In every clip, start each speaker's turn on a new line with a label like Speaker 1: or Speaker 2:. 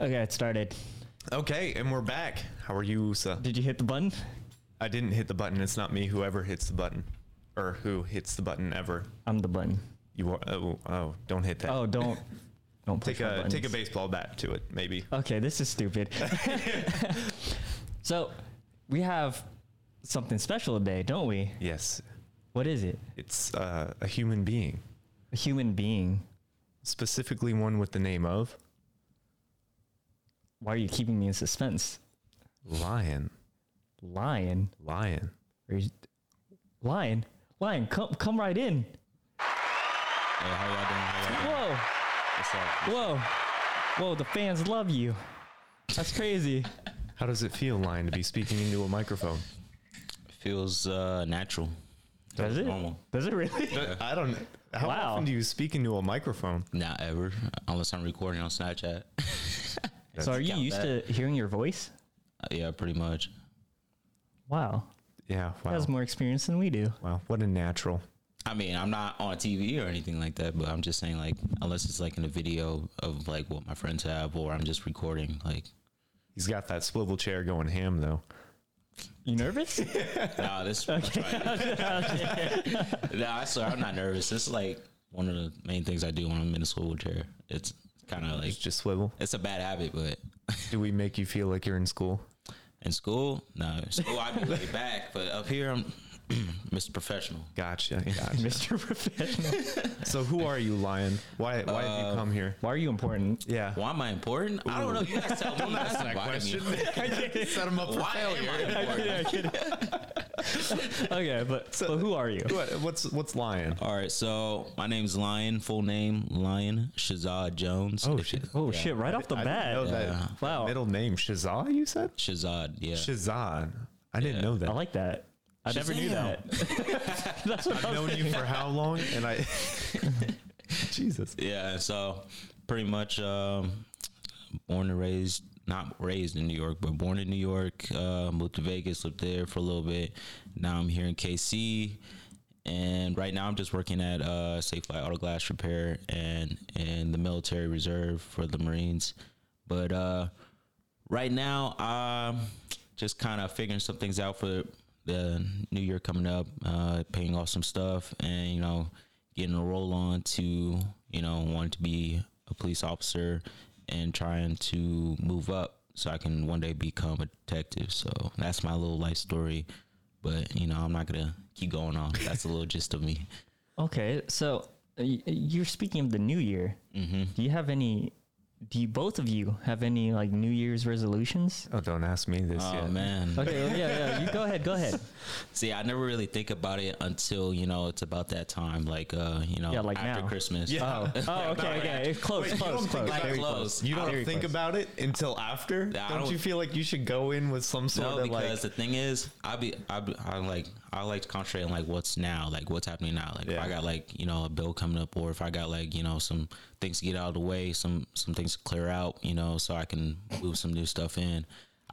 Speaker 1: Okay, it started.
Speaker 2: Okay, and we're back. How are you, Usa?
Speaker 1: Did you hit the button?
Speaker 2: I didn't hit the button. It's not me. Whoever hits the button, or who hits the button ever,
Speaker 1: I'm the button.
Speaker 2: you are. Oh, oh don't hit that.
Speaker 1: Oh, don't don't push
Speaker 2: take
Speaker 1: my
Speaker 2: a
Speaker 1: buttons.
Speaker 2: take a baseball bat to it, maybe.
Speaker 1: Okay, this is stupid. so we have something special today, don't we?
Speaker 2: yes,
Speaker 1: What is it?
Speaker 2: it's uh, a human being,
Speaker 1: A human being.
Speaker 2: specifically one with the name of
Speaker 1: Why are you keeping me in suspense?
Speaker 2: Lion.
Speaker 1: Lion.
Speaker 2: Lion.
Speaker 1: Or is- Lion. Lion, come come right in.
Speaker 2: Hey, how y'all doing? How y'all
Speaker 1: Whoa.
Speaker 2: doing? What's up?
Speaker 1: Whoa. Whoa, the fans love you. That's crazy.
Speaker 2: How does it feel, Lion, to be speaking into a microphone?
Speaker 3: feels uh, natural.
Speaker 1: Does it?
Speaker 3: normal.
Speaker 1: Does it really?
Speaker 2: I don't. How
Speaker 1: Wow.
Speaker 2: often do you speak into a microphone?
Speaker 3: Not ever, unless I'm recording on Snapchat.
Speaker 1: So are you
Speaker 3: Count
Speaker 1: used
Speaker 3: that.
Speaker 1: to hearing your voice?
Speaker 3: Uh, yeah, pretty much.
Speaker 1: Wow.
Speaker 2: Yeah.
Speaker 1: He
Speaker 2: Wow.
Speaker 1: has more experience than we do.
Speaker 2: Wow. What a natural.
Speaker 3: I mean, I'm not on TV or anything like that, but I'm just saying, like, unless it's like in a video of like what my friends have, or I'm just recording, like,
Speaker 2: He's got that swivel chair going ham though.
Speaker 1: You nervous?
Speaker 3: nah, this. nah, I swear, I'm not nervous. It's like one of the main things I do when I'm in a swivel chair. It's kind of like
Speaker 2: It's just swivel.
Speaker 3: it's a bad habit, but
Speaker 2: Do we make you feel like you're in school?
Speaker 3: in school, no, in school I'd be laid back, but up here I'm Mr. Professional.
Speaker 2: Gotcha. gotcha.
Speaker 1: Mr. Professional.
Speaker 2: so who are you, Lion? Why why have you come here?
Speaker 1: Why are you important?
Speaker 2: Yeah.
Speaker 3: Uh, Why am I important? I don't know. You guys tell me. Don't ask that
Speaker 2: Set him up for
Speaker 3: Why am I important?
Speaker 1: okay, but, but who are you?
Speaker 2: What, what's what's Lion?
Speaker 3: All right, so my name's Lion, full name Lion Shazad Jones.
Speaker 2: Oh shit.
Speaker 1: Oh shit! Right off the
Speaker 2: I didn't know
Speaker 1: bat,
Speaker 2: that
Speaker 3: Yeah.
Speaker 1: Wow.
Speaker 2: middle name. Shazad, you said?
Speaker 3: Shazad, yeah.
Speaker 2: Shazad. I didn't know that.
Speaker 1: I like that. I never knew that.
Speaker 3: Shazam.
Speaker 1: That's what I
Speaker 2: I've
Speaker 1: was
Speaker 2: known you for how long? And I Jesus.
Speaker 3: yeah, so pretty much um, born and raised, not raised in New York, but born in New York, uh, moved to Vegas, lived there for a little bit. Now I'm here in KC. And right now I'm just working at uh, Safe Light Auto Glass Repair and, and the Military Reserve for the Marines. But uh, right now um just kind of figuring some things out for the new year coming up uh paying off some stuff and you know getting a roll on to you know wanting to be a police officer and trying to move up so i can one day become a detective so that's my little life story but you know i'm not gonna keep going on that's a little gist of me
Speaker 1: Okay, so uh, y- you're speaking of the new year. Mm-hmm. Do you have any? Do you both of you have any like New Year's resolutions?
Speaker 2: Oh, don't ask me this
Speaker 3: oh
Speaker 2: yet.
Speaker 3: man
Speaker 1: Okay, well, yeah, yeah. You go ahead. Go ahead.
Speaker 3: See, I never really think about it until you know it's about that time, like uh, you know,
Speaker 1: Yeah, like
Speaker 3: after
Speaker 1: now.
Speaker 3: Christmas.
Speaker 1: Oh, oh, okay, okay. Close,
Speaker 2: Wait, you don't
Speaker 1: close,
Speaker 2: think
Speaker 1: close.
Speaker 2: about
Speaker 1: Very
Speaker 3: it
Speaker 1: close.
Speaker 3: close.
Speaker 2: You don't
Speaker 1: Very
Speaker 2: think
Speaker 1: close.
Speaker 2: about it until after?
Speaker 3: I
Speaker 2: don't,
Speaker 3: don't-
Speaker 2: you feel like you should go in with some sort
Speaker 3: No,
Speaker 2: of like
Speaker 3: because the thing is, I be I, be, I like I like to concentrate on like what's now, like what's happening now. Like if
Speaker 2: Yeah.
Speaker 3: I got like you know a bill coming up, or if I got like you know some things to get out of the way, some some things to clear out, you know, so I can move some new stuff in.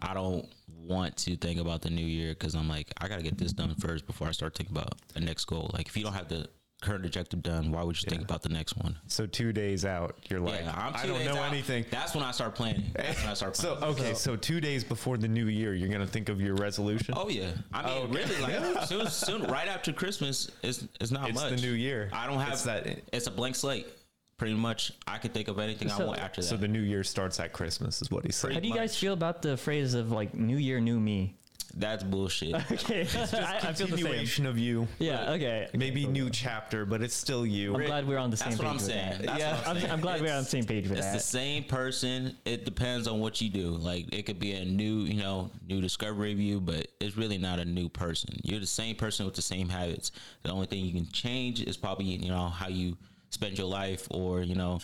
Speaker 3: I don't want to think about the new year because I'm like I gotta get this done first before I start thinking about the next goal. Like if you don't have the current objective done, why would you think about the next one?
Speaker 2: So two days out, you're like,
Speaker 3: Yeah, I'm
Speaker 2: I
Speaker 3: two
Speaker 2: do not
Speaker 3: days
Speaker 2: know
Speaker 3: out.
Speaker 2: anything.
Speaker 3: That's when I start planning. That's when I start
Speaker 2: So
Speaker 3: planning.
Speaker 2: okay, so, two days before the new year, you're gonna think of your resolution.
Speaker 3: Oh yeah, I mean, really, like soon, soon, right after Christmas, it's it's not
Speaker 2: It's the
Speaker 3: much.
Speaker 2: new year.
Speaker 3: I don't have
Speaker 2: It's that-
Speaker 3: that. It's a blank slate. Pretty much, I could think of anything
Speaker 1: So-
Speaker 3: I want after that.
Speaker 2: So the new year starts at Christmas, is what he's
Speaker 1: How
Speaker 2: saying.
Speaker 1: do you guys feel about the phrase of like New Year, New Me?
Speaker 3: That's bullshit.
Speaker 1: Okay, I, I feel the same.
Speaker 2: Continuation of you,
Speaker 1: Yeah. Okay.
Speaker 2: maybe new chapter, but it's still you.
Speaker 1: I'm glad we're on the same
Speaker 3: That's what
Speaker 1: page. with
Speaker 3: I'm
Speaker 1: that.
Speaker 3: saying. That's
Speaker 2: Yeah.
Speaker 3: what I'm,
Speaker 1: I'm,
Speaker 3: saying.
Speaker 1: I'm glad we're
Speaker 3: It's-
Speaker 1: on the same page with
Speaker 3: It's the
Speaker 1: that.
Speaker 3: same person. It depends on what you do. Like it could be a new, you know, new discovery of you, but it's really not a new person. You're the same person with the same habits. The only thing you can change is probably, you know, how you spend your life or, you know,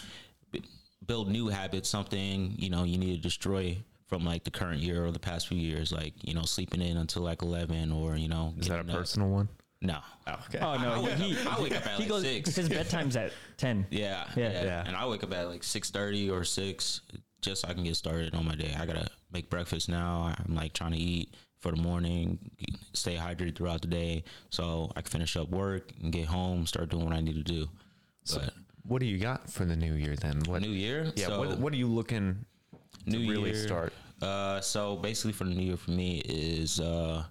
Speaker 3: b- build new habits, something, you know, you need to destroy from like the current year or the past few years, like, you know, sleeping in until like 11 or, you know,
Speaker 2: is that a
Speaker 3: getting up.
Speaker 2: personal one?
Speaker 3: No.
Speaker 2: Okay.
Speaker 1: Oh no,
Speaker 3: I wake
Speaker 1: he,
Speaker 3: up- I wake up at
Speaker 1: he
Speaker 3: like
Speaker 1: goes.
Speaker 3: six.
Speaker 1: His bedtime's at ten.
Speaker 3: Yeah,
Speaker 1: Yeah.
Speaker 3: yeah,
Speaker 2: Yeah.
Speaker 3: And I wake up at like six thirty or six, just so I can get started on my day. I gotta make breakfast now. I'm like trying to eat for the morning, stay hydrated throughout the day, so I can finish up work and get home, start doing what I need to do. But
Speaker 2: What do you got for the new year then? What
Speaker 3: New Year,
Speaker 2: Yeah.
Speaker 3: so
Speaker 2: what, what are you looking
Speaker 3: New
Speaker 2: really
Speaker 3: Year.
Speaker 2: start.
Speaker 3: Uh, so basically, for the New Year for me is uh,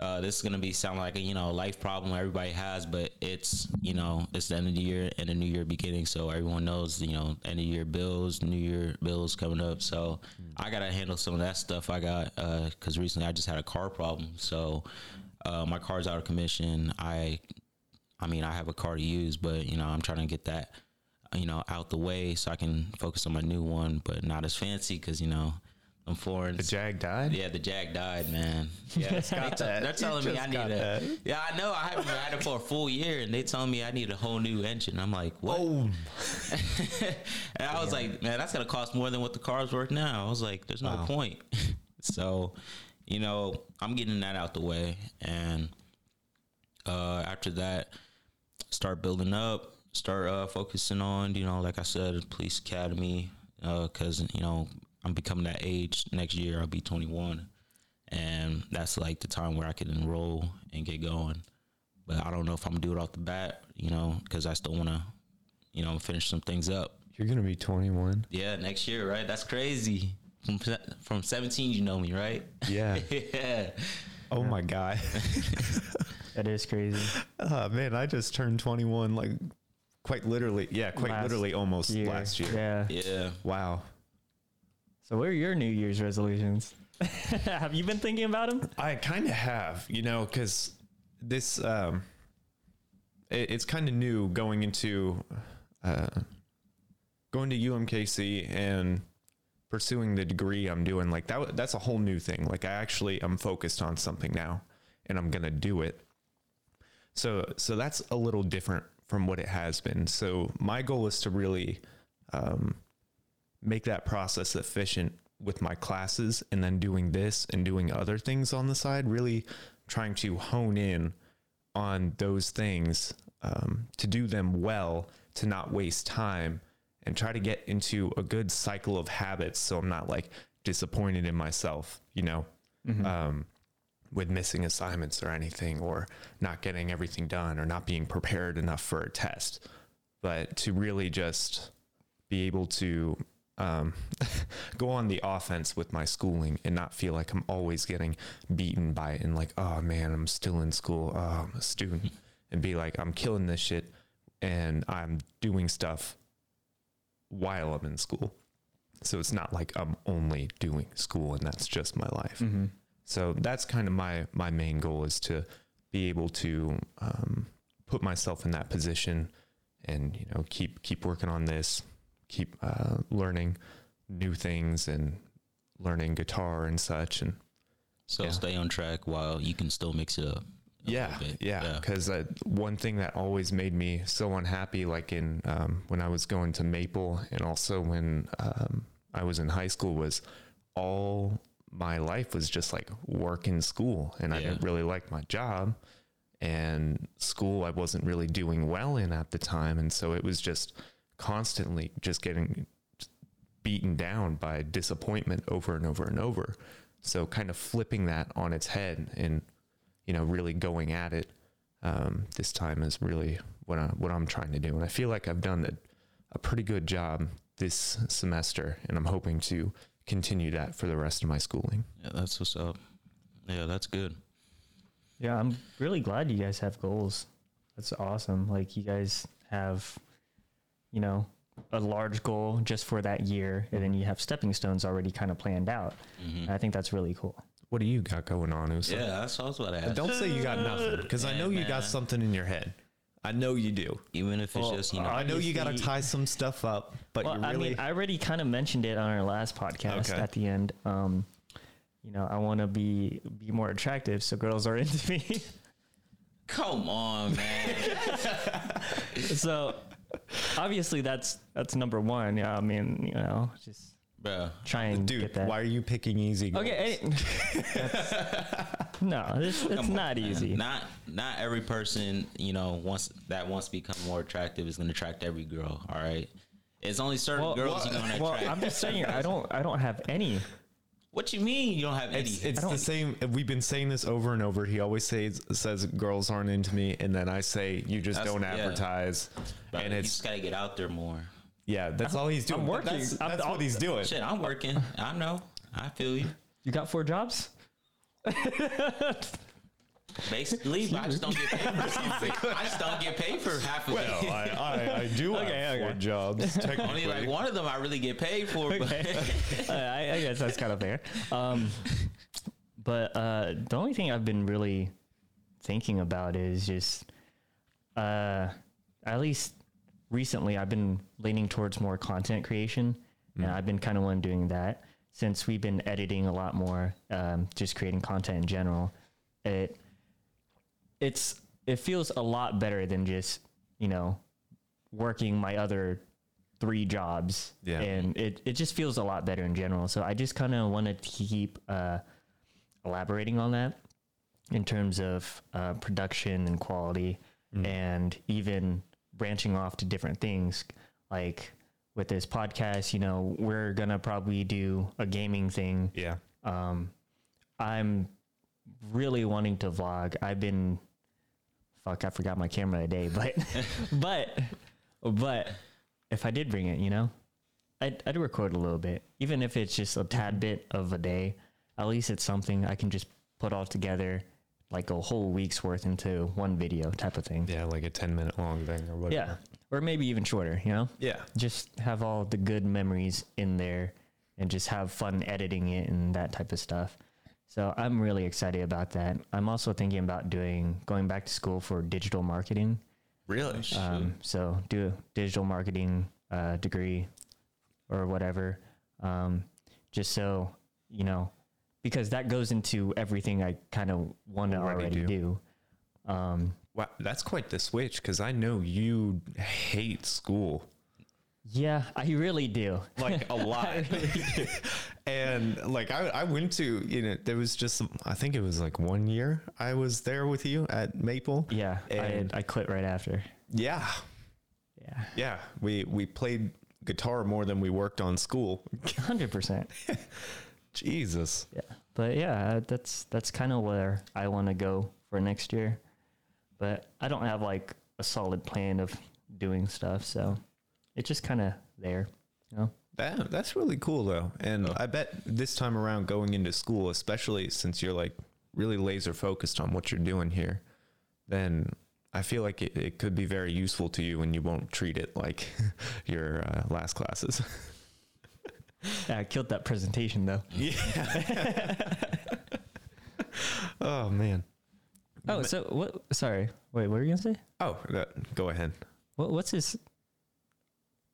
Speaker 3: uh, this is gonna be sound like a you know life problem everybody has, but it's you know it's the end of the year and the New Year beginning, so everyone knows you know end of year bills, New Year bills coming up. So I gotta handle some of that stuff I got because recently I just had a car problem, so uh, my car's out of commission. I I mean, I have a car to use, but you know, I'm trying to get that, you know, out the way so I can focus on my new one, but not as fancy because you know, I'm
Speaker 2: The
Speaker 3: Florence.
Speaker 2: Jag died.
Speaker 3: yeah, the Jag died, man. Yeah, it's- they te-
Speaker 2: that. You
Speaker 3: they're telling me
Speaker 2: just
Speaker 3: I need
Speaker 2: got
Speaker 3: a.
Speaker 2: that.
Speaker 3: Yeah, I know. I haven't had it for a full year, and they telling me I need a whole new engine. I'm like, what?
Speaker 2: Oh,
Speaker 3: and I was like, man, that's gonna cost more than what the car's worth now. I was like, there's no point. so, you know, I'm getting that out the way, and uh, after that, start building up, start uh, focusing on, you know, like I said, police academy, because you know I'm becoming that age next year. I'll be 21, and that's like the time where I can enroll and get going. But I don't know if I'm gonna do it off the bat, you know, because I still want to, you know, finish some things up.
Speaker 2: you're gonna be 21.
Speaker 3: Yeah, next year, right? That's crazy. From from 17, you know me, right?
Speaker 2: Yeah.
Speaker 3: yeah.
Speaker 2: Oh my god.
Speaker 1: That is crazy.
Speaker 2: Oh man, I just turned 21. Like, quite literally. Yeah, quite
Speaker 1: Last
Speaker 2: literally, almost
Speaker 1: Year.
Speaker 2: last year.
Speaker 1: Yeah.
Speaker 3: Yeah.
Speaker 2: Wow.
Speaker 1: So what are your New Year's resolutions? Have you been thinking about them?
Speaker 2: I kind of have, you know, because this um, it, it's kind of new going into uh, going to UMKC and pursuing the degree I'm doing. Like that, wa- that's a whole new thing. Like I actually I'm focused on something now, and I'm gonna do it. So so that's a little different from what it has been. So my goal is to really um, make that process efficient with my classes and then doing this and doing other things on the side, really trying to hone in on those things um, to do them well, to not waste time and try to get into a good cycle of habits so I'm not like disappointed in myself, you know,
Speaker 1: Mm-hmm. Uh,
Speaker 2: um, with missing assignments or anything or not getting everything done or not being prepared enough for a test. But to really just be able to um, go on the offense with my schooling and not feel like I'm always getting beaten by it and like, oh man, I'm still in school. Oh, I'm a student. And be like, I'm killing this shit and I'm doing stuff while I'm in school. So it's not like I'm only doing school and that's just my life.
Speaker 1: Mm-hmm.
Speaker 2: So that's kind of my my main goal is to be able to um, put myself in that position and you know keep keep working on this, keep uh, learning new things and learning guitar and such and
Speaker 3: So
Speaker 2: Yeah.
Speaker 3: stay on track while you can still mix it up. a
Speaker 2: yeah,
Speaker 3: little bit.
Speaker 2: yeah.
Speaker 3: Yeah.
Speaker 2: Because uh, one thing that always made me so unhappy, like in um, when I was going to Maple, and also when um, I was in high school, was all my life was just like work in school, and I
Speaker 3: Yeah.
Speaker 2: didn't really like my job, and school I wasn't really doing well in at the time, and so it was just constantly just getting beaten down by disappointment over and over and over. So kind of flipping that on its head and you know really going at it um, this time is really what I, what I'm trying to do, and I feel like I've done a, a pretty good job this semester, and I'm hoping to continue that for the rest of my schooling.
Speaker 3: Yeah, that's what's up. Yeah, that's good.
Speaker 1: Yeah, I'm really glad you guys have goals. That's awesome. Like you guys have, you know, a large goal just for that year, and then you have stepping stones already kind of planned out. And I think that's really cool.
Speaker 2: What do you got going on, Usa?
Speaker 3: Mm-hmm. Yeah, that's what I was about to ask.
Speaker 2: Don't say you got nothing, because I
Speaker 3: Hey,
Speaker 2: know you
Speaker 3: man.
Speaker 2: got something in your head. I know you do.
Speaker 3: Even if it's
Speaker 1: Well,
Speaker 3: just, you know,
Speaker 1: uh,
Speaker 2: I know you got to
Speaker 1: Obviously-
Speaker 2: tie some stuff up, but
Speaker 1: Well,
Speaker 2: you're really
Speaker 1: I mean, I already kind of mentioned it on our last podcast
Speaker 2: Okay.
Speaker 1: at the end. Um, you know, I want to be be more attractive, so girls are into me.
Speaker 3: come on, man.
Speaker 1: so obviously, that's that's number one. Yeah, I mean, you know, just
Speaker 3: Bruh.
Speaker 1: try and
Speaker 2: dude.
Speaker 1: get that.
Speaker 2: Why are you picking easy? Goals?
Speaker 1: Okay. eh, that's- no, it's, it's
Speaker 3: Come on,
Speaker 1: not
Speaker 3: man.
Speaker 1: easy.
Speaker 3: Not not every person, you know, wants that wants to become more attractive is gonna attract every girl. All right. It's only certain
Speaker 1: Well,
Speaker 3: girls you're gonna
Speaker 1: well,
Speaker 3: attract.
Speaker 1: I'm just saying, I don't, I don't have any.
Speaker 3: what you mean you don't have any
Speaker 2: It's, it's
Speaker 1: I don't-
Speaker 2: the same. We've been saying this over and over. He always says says girls aren't into me, and then I say you just
Speaker 3: That's-
Speaker 2: don't
Speaker 3: yeah.
Speaker 2: advertise,
Speaker 3: But
Speaker 2: and
Speaker 3: you
Speaker 2: it's
Speaker 3: just gotta get out there more.
Speaker 2: Yeah, that's all he's doing.
Speaker 1: I'm working.
Speaker 2: That's,
Speaker 1: I'm-
Speaker 2: that's
Speaker 1: I'll-
Speaker 2: what he's doing.
Speaker 3: Shit, I'm working. I know. I feel you.
Speaker 1: You got four jobs?
Speaker 3: Basically, but I just don't get paid. For, I just don't get paid for half of
Speaker 2: Well,
Speaker 3: it.
Speaker 2: I, I, I do have
Speaker 1: Okay,
Speaker 2: four
Speaker 1: okay.
Speaker 2: jobs
Speaker 3: Only
Speaker 2: technically.
Speaker 3: like one of them I really get paid for. But
Speaker 1: Uh, I, I guess that's kind of fair. Um, but uh, the only thing I've been really thinking about is just, uh, at least recently, I've been leaning towards more content creation, and I've been kind of one doing that since we've been editing a lot more, um, just creating content in general. It it's it feels a lot better than just you know working my other three jobs
Speaker 2: Yeah.
Speaker 1: and it, it just feels a lot better in general so i just kind of want to keep uh, elaborating on that in terms of uh, production and quality and even branching off to different things like with this podcast you know we're gonna probably do a gaming thing
Speaker 2: Yeah.
Speaker 1: um, I'm really wanting to vlog. I've been fuck, I forgot my camera today, but but but if I did bring it, you know, I'd, I'd record a little bit, even if it's just a tad bit of a day. At least it's something I can just put all together, like a whole week's worth into one video type of thing.
Speaker 2: Yeah, like a 10 minute long thing or
Speaker 1: Yeah,
Speaker 2: whatever.
Speaker 1: or maybe even shorter. You know,
Speaker 2: Yeah.
Speaker 1: just have all the good memories in there and just have fun editing it and that type of stuff. So I'm really excited about that. I'm also thinking about doing going back to school for digital marketing.
Speaker 2: Really?
Speaker 1: Um, so do a digital marketing uh, degree or whatever, um, just so you know, because that goes into everything I kind of want to
Speaker 2: Already
Speaker 1: already do. Um,
Speaker 2: Wow, that's quite the switch because I know you hate school
Speaker 1: yeah, I really do.
Speaker 2: like a lot. and like I, I went to, you know, there was just, some, I think it was like one year I was there with you at Maple.
Speaker 1: Yeah, I,
Speaker 2: And-
Speaker 1: I quit right after.
Speaker 2: Yeah.
Speaker 1: Yeah,
Speaker 2: Yeah. We, we played guitar more than we worked on school.
Speaker 1: hundred percent.
Speaker 2: Jesus.
Speaker 1: Yeah, but yeah, that's that's kind of where I want to go for next year. But I don't have like a solid plan of doing stuff, so it's just kind of there. You know?
Speaker 2: That, that's really cool though. And
Speaker 1: Oh.
Speaker 2: I bet this time around going into school, especially since you're like really laser focused on what you're doing here, then I feel like it, it could be very useful to you and you won't treat it like your uh, last classes.
Speaker 1: Yeah, I killed that presentation though.
Speaker 2: yeah. oh man.
Speaker 1: Oh, so what? Sorry, wait, what were you gonna say?
Speaker 2: Oh, that, go ahead.
Speaker 1: What, what's this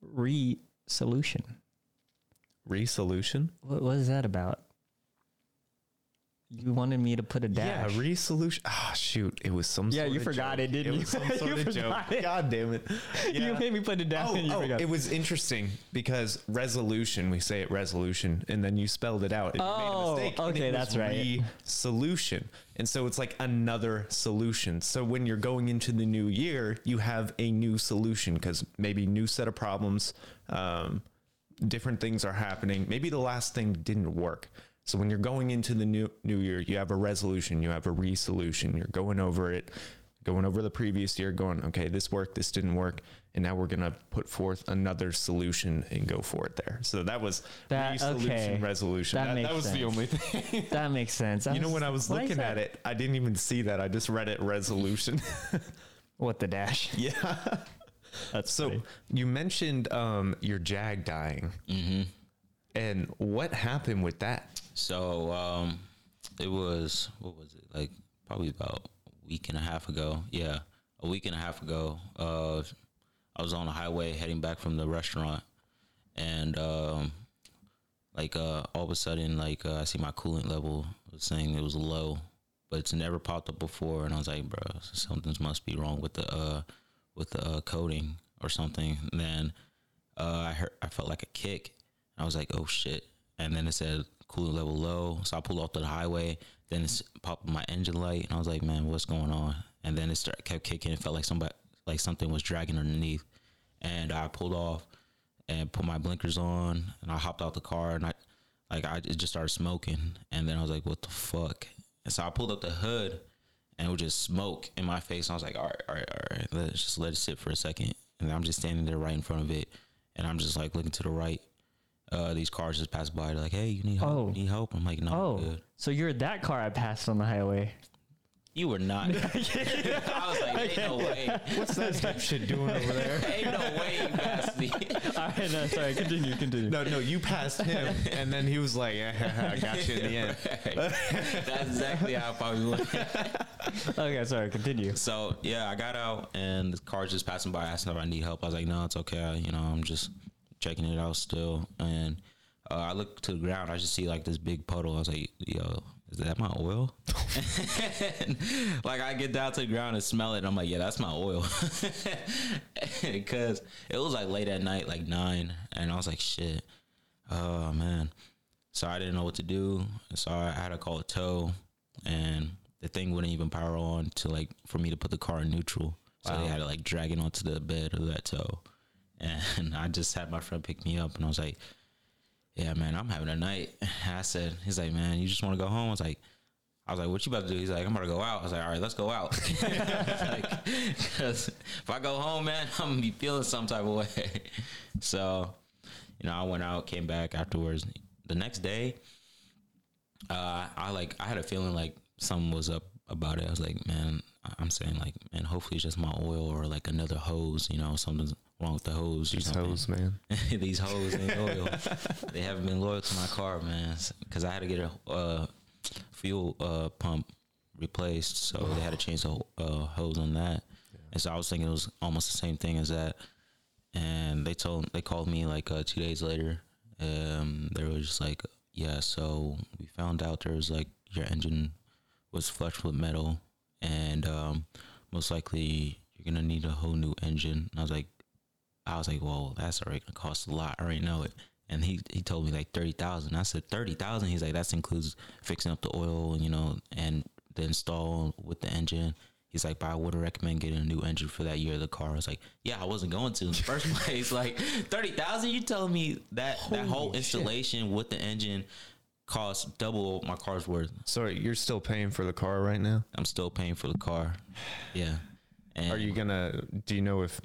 Speaker 1: re-solution?
Speaker 2: Resolution?
Speaker 1: What, what is that about? You wanted me to put a dash.
Speaker 2: Yeah, resolution. Ah, shoot. It was some
Speaker 1: Yeah,
Speaker 2: sort
Speaker 1: you
Speaker 2: of
Speaker 1: forgot
Speaker 2: joke.
Speaker 1: it, didn't
Speaker 2: it
Speaker 1: you?
Speaker 2: was some
Speaker 1: You
Speaker 2: sort of joke.
Speaker 1: forgot it.
Speaker 2: God damn it. Yeah.
Speaker 1: You made me put it down.
Speaker 2: Oh,
Speaker 1: and you
Speaker 2: oh,
Speaker 1: forgot.
Speaker 2: it was interesting because resolution, we say it resolution, and then you spelled it out. And
Speaker 1: Oh,
Speaker 2: you made a mistake, and
Speaker 1: okay,
Speaker 2: it was
Speaker 1: that's right.
Speaker 2: Solution. And so it's like another solution. So when you're going into the new year, you have a new solution because maybe new set of problems, um, different things are happening. Maybe the last thing didn't work. So when you're going into the new new year, you have a resolution, you have a resolution. You're going over it, going over the previous year, going, okay, this worked, this didn't work, and now we're gonna put forth another solution and go for it there. So that was
Speaker 1: That-
Speaker 2: resolution,
Speaker 1: okay.
Speaker 2: resolution.
Speaker 1: That
Speaker 2: That, that,
Speaker 1: makes
Speaker 2: was the
Speaker 1: sense.
Speaker 2: only thing.
Speaker 1: that makes sense.
Speaker 2: you know, when I was
Speaker 1: why is
Speaker 2: looking
Speaker 1: that?
Speaker 2: at it, I didn't even see that. I just read it resolution.
Speaker 1: What the dash?
Speaker 2: yeah.
Speaker 1: That's
Speaker 2: So
Speaker 1: funny.
Speaker 2: you mentioned um, your jag dying,
Speaker 3: Mm-hmm.
Speaker 2: and what happened with that?
Speaker 3: So um, it was what was it like? Probably about a week and a half ago. Yeah, a week and a half ago. Uh, I was on the highway heading back from the restaurant, and um, like uh, all of a sudden, like uh, I see my coolant level was saying it was low, but it's never popped up before, and I was like, bro, something must be wrong with the uh, with the uh, coating or something. And then uh, I heard, I felt like a kick. I was like, oh shit. And then it said coolant level low. So I pulled off to the highway. Then it's popped my engine light, and I was like, man, what's going on? And then it start, kept kicking. It felt like somebody, like something was dragging underneath. And I pulled off and put my blinkers on, and I hopped out the car, and I, like, I it just started smoking. And then I was like, what the fuck? And so I pulled up the hood, and it was just smoke in my face. And I was like, all right, all right, all right, let's just let it sit for a second. And I'm just standing there right in front of it. and I'm just like looking to the right. Uh, these cars just pass by. They're like, "Hey, you need help?
Speaker 1: Oh.
Speaker 3: Need help?" I'm like, "No, I'm
Speaker 1: Oh,
Speaker 3: good."
Speaker 1: so you're that car I passed on the highway.
Speaker 3: You were not. I was like, "Ain't no way,
Speaker 2: What's that type shit doing over there?
Speaker 3: ain't no way you passed me."
Speaker 1: All right, no, sorry. Continue, continue.
Speaker 2: No, no, you passed him, and then he was like, "Yeah, "I got you in the end."
Speaker 3: That's exactly how I probably looked.
Speaker 1: Okay, sorry. Continue.
Speaker 3: So yeah, I got out and the car's just passing by, asking if I need help. I was like, no, it's okay. I- you know, I'm just checking it out still. And uh, I look to the ground. I just see like this big puddle. I was like, yo, is that my oil? like I get down to the ground and smell it. And I'm like, yeah, that's my oil. Because it was like late at night, like nine, and I was like, shit, oh man. So I didn't know what to do. So I had to call a tow, and the thing wouldn't even power on to like for me to put the car in neutral. So they had to like drag it onto the bed of that tow, and I just had my friend pick me up, and I was like, "Yeah, man, I'm having a night." I said, "He's like, man, you just want to go home?" I was like. I was like, "What you about to do?" He's like, "I'm about to go out." I was like, "All right, let's go out." like, 'cause if I go home, man, I'm gonna be feeling some type of way. so, you know, I went out, came back afterwards. The next day, uh, I like I had a feeling like something was up about it. I was like, man, I- I'm saying like, man, hopefully it's just my oil or like another hose. You know, something's wrong with the hose. or something.
Speaker 2: man.
Speaker 3: these hoes ain't loyal. they haven't been loyal to my car, man. Because I had to get a uh, fuel uh, pump replaced, so they had to change the ho- uh, hose on that. And so I was thinking it was almost the same thing as that. And they told they called me like uh, two days later. Um, they were just like, "Yeah, so we found out there was like your engine was flush with metal, and um, most likely you're gonna need a whole new engine." And I was like. I was like, "Well, that's already gonna cost a lot. I already know it." And he he told me like thirty thousand. I said thirty thousand. He's like, "That includes fixing up the oil, you know, and the install with the engine." He's like, "But I wouldn't recommend getting a new engine for that year of the car." I was like, "Yeah, I wasn't going to in the first place. Like thirty thousand. You telling me that that whole installation with the engine costs double my car's worth?
Speaker 2: Sorry, you're still paying for the car right now.
Speaker 3: I'm still paying for the car. Yeah. And
Speaker 2: Are you gonna? Do you know if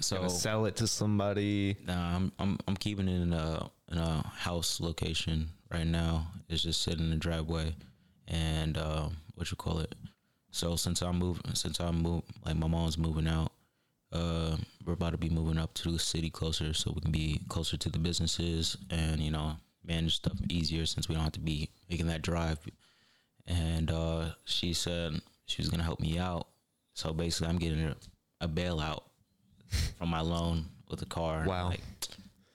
Speaker 3: so
Speaker 2: gonna sell it to somebody?
Speaker 3: Nah, I'm I'm I'm keeping it in a in a house location right now. It's just sitting in the driveway, and um, what you call it. So since I move, since I move, like my mom's moving out, uh, we're about to be moving up to the city closer, so we can be closer to the businesses and you know manage stuff easier since we don't have to be making that drive. And uh, she said she was gonna help me out, so basically I'm getting a, a bailout from my loan with the car.
Speaker 2: Wow.
Speaker 3: Like,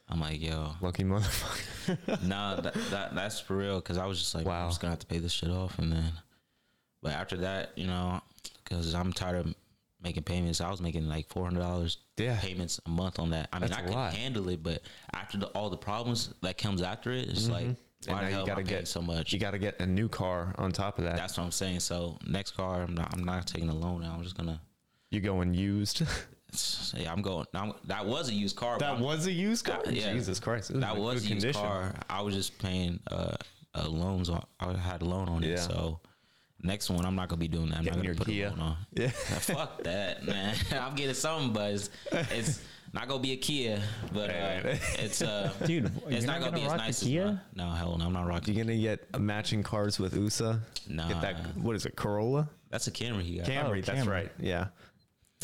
Speaker 3: I'm like, yo,
Speaker 2: Lucky motherfucker.
Speaker 3: no, that, that that's for real. Because I was just like,
Speaker 2: Wow.
Speaker 3: I'm just gonna have to pay this shit off, and then, but after that, you know, because I'm tired of making payments. I was making like four hundred dollars
Speaker 2: Yeah.
Speaker 3: payments a month on that. I mean,
Speaker 2: That's
Speaker 3: I
Speaker 2: a
Speaker 3: could
Speaker 2: lot.
Speaker 3: handle it, but after the, all the problems that comes after it, it's like, why
Speaker 2: Mm-hmm. now
Speaker 3: the
Speaker 2: you
Speaker 3: hell am I
Speaker 2: gotta
Speaker 3: paying
Speaker 2: get-
Speaker 3: so much?
Speaker 2: You got to get a new car on top of that.
Speaker 3: That's what I'm saying. So next car, I'm not, I'm not taking a loan. Now. I'm just gonna.
Speaker 2: you going used?
Speaker 3: say I'm going. I'm, that was a used car. but
Speaker 2: that
Speaker 3: I'm-
Speaker 2: was a used car.
Speaker 3: That- yeah.
Speaker 2: Jesus Christ, it
Speaker 3: that
Speaker 2: in
Speaker 3: was
Speaker 2: good
Speaker 3: used
Speaker 2: condition.
Speaker 3: car. I was just paying uh, uh loans. On, I had a loan on it.
Speaker 2: Yeah.
Speaker 3: So next one, I'm not gonna be doing that. I'm
Speaker 2: Getting
Speaker 3: not
Speaker 2: your
Speaker 3: gonna put
Speaker 2: Kia.
Speaker 3: a loan on. Yeah, fuck that, man. I'm getting something, but it's, it's not gonna be a Kia. But uh, it's uh,
Speaker 1: Dude,
Speaker 3: it's
Speaker 1: you're not
Speaker 3: not gonna,
Speaker 1: gonna
Speaker 3: be as
Speaker 1: rock a
Speaker 3: nice as
Speaker 1: Kia?
Speaker 3: my, No, hell no, I'm not
Speaker 2: You
Speaker 3: rocking.
Speaker 2: gonna get a matching cars with USA? Get
Speaker 3: Nah.
Speaker 2: that. What is it? Corolla?
Speaker 3: That's a Camry he got.
Speaker 2: Camry. that's
Speaker 1: Oh, Camry.
Speaker 2: right. Yeah.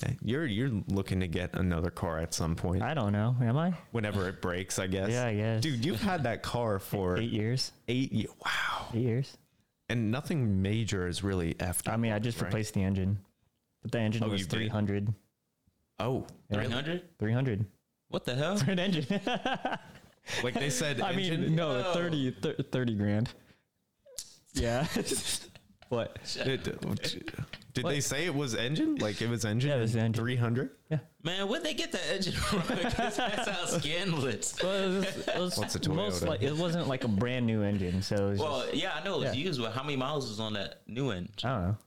Speaker 2: Okay. You're you're looking to get another car at some point.
Speaker 1: I don't know. Am I?
Speaker 2: Whenever it breaks, I guess.
Speaker 1: Yeah, I guess.
Speaker 2: Dude, you've had that car for
Speaker 1: Eight
Speaker 2: eight,
Speaker 1: years.
Speaker 2: years. Wow.
Speaker 1: Eight years.
Speaker 2: And nothing major is really after.
Speaker 1: I mean, I just
Speaker 2: Right.
Speaker 1: replaced the engine, but the engine
Speaker 2: Oh,
Speaker 1: was
Speaker 2: you did?
Speaker 1: 300.
Speaker 2: Oh,
Speaker 3: Three hundred?
Speaker 1: 300
Speaker 3: What the hell?
Speaker 1: for an engine.
Speaker 2: like they said.
Speaker 1: I mean,
Speaker 2: engine-
Speaker 1: no,
Speaker 3: Oh.
Speaker 1: 30, thir- 30 grand. Yeah. what?
Speaker 2: Did, did they say it was engine? Like it was engine?
Speaker 1: Yeah, it was engine.
Speaker 2: Three hundred.
Speaker 3: Man, where'd they get that engine from? 'Cause that sounds scandalous.
Speaker 1: Well, it was, it was
Speaker 2: What's a
Speaker 1: most
Speaker 2: Toyota?
Speaker 1: like it wasn't like a brand new engine, so it was
Speaker 3: Well, yeah, I know it was
Speaker 1: Yeah.
Speaker 3: used, but how many miles was on that new engine?
Speaker 1: just, I don't know.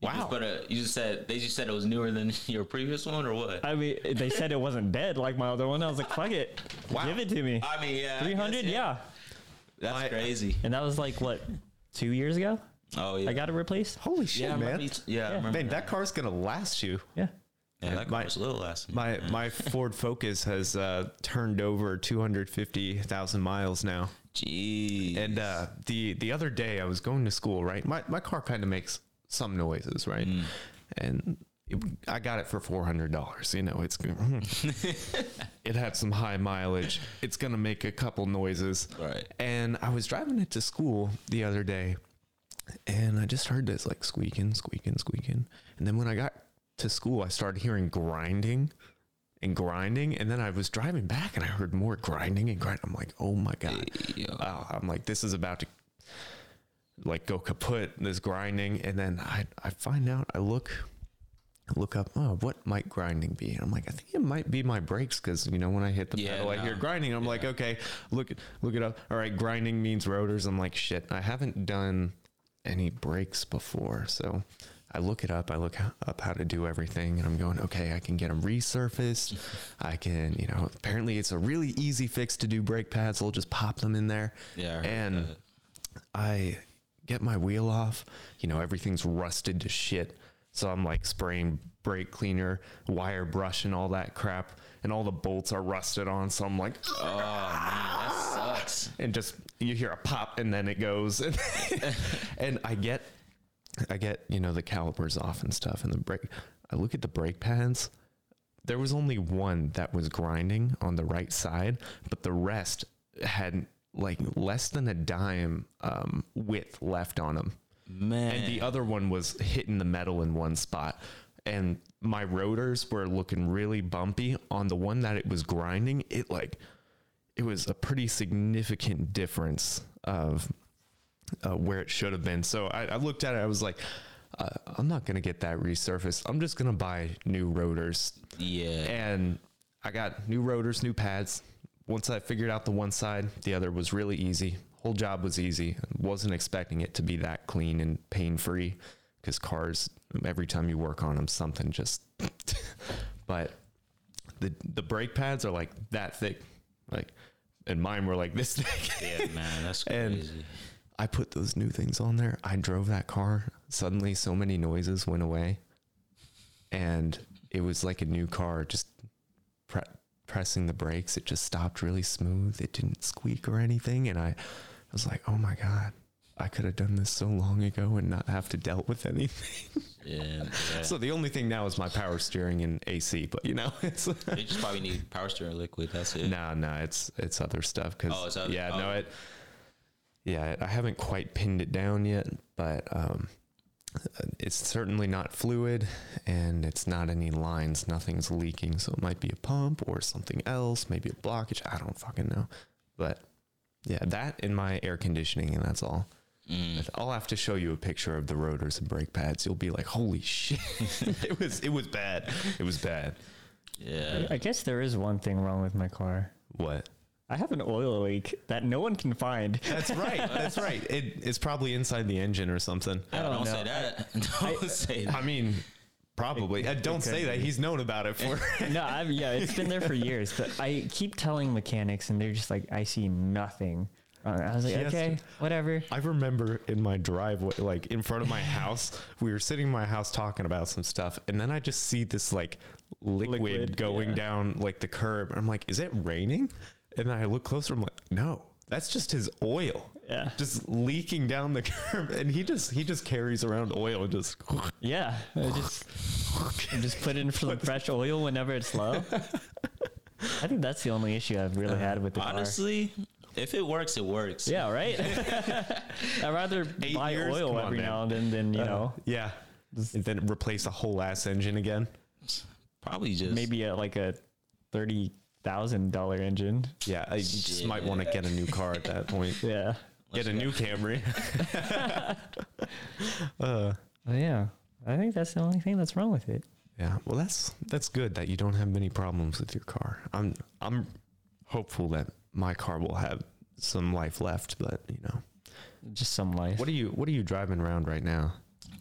Speaker 3: You just
Speaker 2: Wow.
Speaker 3: put a- you just said they just said it was newer than your previous one, or what? I,
Speaker 1: I mean, they said it wasn't dead like my other one. I was like, fuck it,
Speaker 2: Wow.
Speaker 1: give it to me.
Speaker 3: mean, yeah, I guess,
Speaker 1: Three hundred, yeah.
Speaker 3: that's
Speaker 2: I-
Speaker 3: crazy.
Speaker 1: And that was like what two years ago.
Speaker 3: Oh yeah,
Speaker 1: I got it replaced.
Speaker 2: Holy shit,
Speaker 3: yeah, I remember
Speaker 2: man!
Speaker 3: you t- yeah, I remember
Speaker 2: Man, that car's gonna last you.
Speaker 1: Yeah,
Speaker 3: Yeah, that
Speaker 2: My-
Speaker 3: car was a little last minute.
Speaker 2: My my Ford Focus has uh, turned over 250,000 miles now.
Speaker 3: Jeez.
Speaker 2: And uh, the the other day I was going to school, right? My my car kind of makes some noises, right? And it, I got it for four hundred dollars. You know, it's gonna- hmm, it had some high mileage. It's gonna make a couple noises.
Speaker 3: Right.
Speaker 2: And I was driving it to school the other day, and I just heard this like squeaking, squeaking, squeaking. And then when I got to school, I started hearing grinding. And grinding, and then I was driving back, and I heard more grinding and grinding. I'm like, "Oh my god!"
Speaker 3: Yeah.
Speaker 2: wow, I'm like, this is about to like go kaput, this grinding. And then I, I find out, I look, look up, oh, what might grinding be? And I'm like, I think it might be my brakes. Cause you know, when I hit the
Speaker 3: Yeah,
Speaker 2: pedal, I hear
Speaker 3: no.
Speaker 2: grinding. I'm like, okay, look, it- look it up. All right. Grinding means rotors. I'm like, shit, I haven't done any brakes before. So I look it up. I look ho- up how to do everything and I'm going, okay, I can get them resurfaced. I can, you know, apparently it's a really easy fix to do brake pads. I'll just pop them in there.
Speaker 3: Yeah, I heard
Speaker 2: And
Speaker 3: that.
Speaker 2: I get my wheel off. You know, everything's rusted to shit. So I'm like spraying brake cleaner, wire brush, and all that crap. And all the bolts are rusted on. So I'm like,
Speaker 3: Oh man, that sucks.
Speaker 2: and just you hear a pop and then it goes and, i get i get you know the calipers off and stuff and the brake i look at the brake pads there was only one that was grinding on the right side but the rest had like less than a dime um, width left on them
Speaker 3: Man.
Speaker 2: and the other one was hitting the metal in one spot and my rotors were looking really bumpy on the one that it was grinding it like it was a pretty significant difference of uh, where it should have been so I, I looked at it i was like uh, i'm not going to get that resurfaced i'm just going to buy new rotors
Speaker 3: yeah.
Speaker 2: and I got new rotors, new pads. Once I figured out the one side, the other was really easy. Whole job was easy. Wasn't expecting it to be that clean and pain free because cars, every time you work on them, something just. but the the brake pads are like that thick, like, and mine were like this thick.
Speaker 3: yeah, man, that's
Speaker 2: and-
Speaker 3: crazy.
Speaker 2: I put those new things on there. I drove that car. Suddenly, so many noises went away, and it was like a new car. Just pre- pressing the brakes, it just stopped really smooth. It didn't squeak or anything, and I, I was like, "Oh my god, I could have done this so long ago and not have to dealt with anything."
Speaker 3: yeah. yeah.
Speaker 2: So the only thing now is my power steering and AC. But you know, it's
Speaker 3: you just probably need power steering liquid. That's it.
Speaker 2: No, no, it's it's other stuff because
Speaker 3: Oh, it's other-
Speaker 2: yeah, no,
Speaker 3: oh.
Speaker 2: it yeah, I haven't quite pinned it down yet, but um, it's certainly not fluid, and it's not any lines. Nothing's leaking, so it might be a pump or something else, maybe a blockage. I don't fucking know, but yeah, that and my air conditioning, and that's all.
Speaker 3: Mm.
Speaker 2: I'll have to show you a picture of the rotors and brake pads. You'll be like, "Holy shit!" it was it was bad. It was bad.
Speaker 3: Yeah.
Speaker 1: I I guess there is one thing wrong with my car.
Speaker 2: What?
Speaker 1: I have an oil leak that no one can find.
Speaker 2: That's right. That's right. It, it's probably inside the engine or something.
Speaker 3: Yeah,
Speaker 1: don't
Speaker 3: don't
Speaker 1: know.
Speaker 3: say that. Don't say that.
Speaker 2: I mean, probably. Uh, don't say that. He's known about it for.
Speaker 1: no, I've, yeah, it's been there for years, but I keep telling mechanics, and they're just like, I see nothing. Uh, I was like,
Speaker 2: Yes.
Speaker 1: okay, whatever.
Speaker 2: I remember in my driveway, like in front of my house, we were sitting in my house talking about some stuff, and then I just see this like liquid,
Speaker 1: Liquid,
Speaker 2: going
Speaker 1: yeah.
Speaker 2: down like the curb. I'm like, is it raining? And then I look closer. I'm like, no. That's just his oil,
Speaker 1: Yeah.
Speaker 2: just leaking down the curb, and he just he just carries around oil and just
Speaker 1: Yeah, I just I just put in some fresh oil whenever it's low. I think that's the only issue I've really had with the car.
Speaker 3: Honestly, if it works, it works.
Speaker 1: Yeah, right. I'd rather
Speaker 2: Eight
Speaker 1: buy
Speaker 2: years?
Speaker 1: oil
Speaker 2: Come on,
Speaker 1: every
Speaker 2: man. Uh,
Speaker 1: now and then than you know
Speaker 2: yeah, and then replace the whole ass engine again.
Speaker 3: Probably just
Speaker 1: maybe a, like a thirty thousand dollar engine.
Speaker 2: Yeah, I, you just might want to get a new car at that point.
Speaker 1: Yeah,
Speaker 2: Get a new Camry. uh,
Speaker 1: But yeah. I think that's the only thing that's wrong with it.
Speaker 2: yeah. Well, that's that's good that you don't have many problems with your car. I'm I'm hopeful that my car will have some life left, but you know,
Speaker 1: Just some life.
Speaker 2: what are you what are you driving around right now?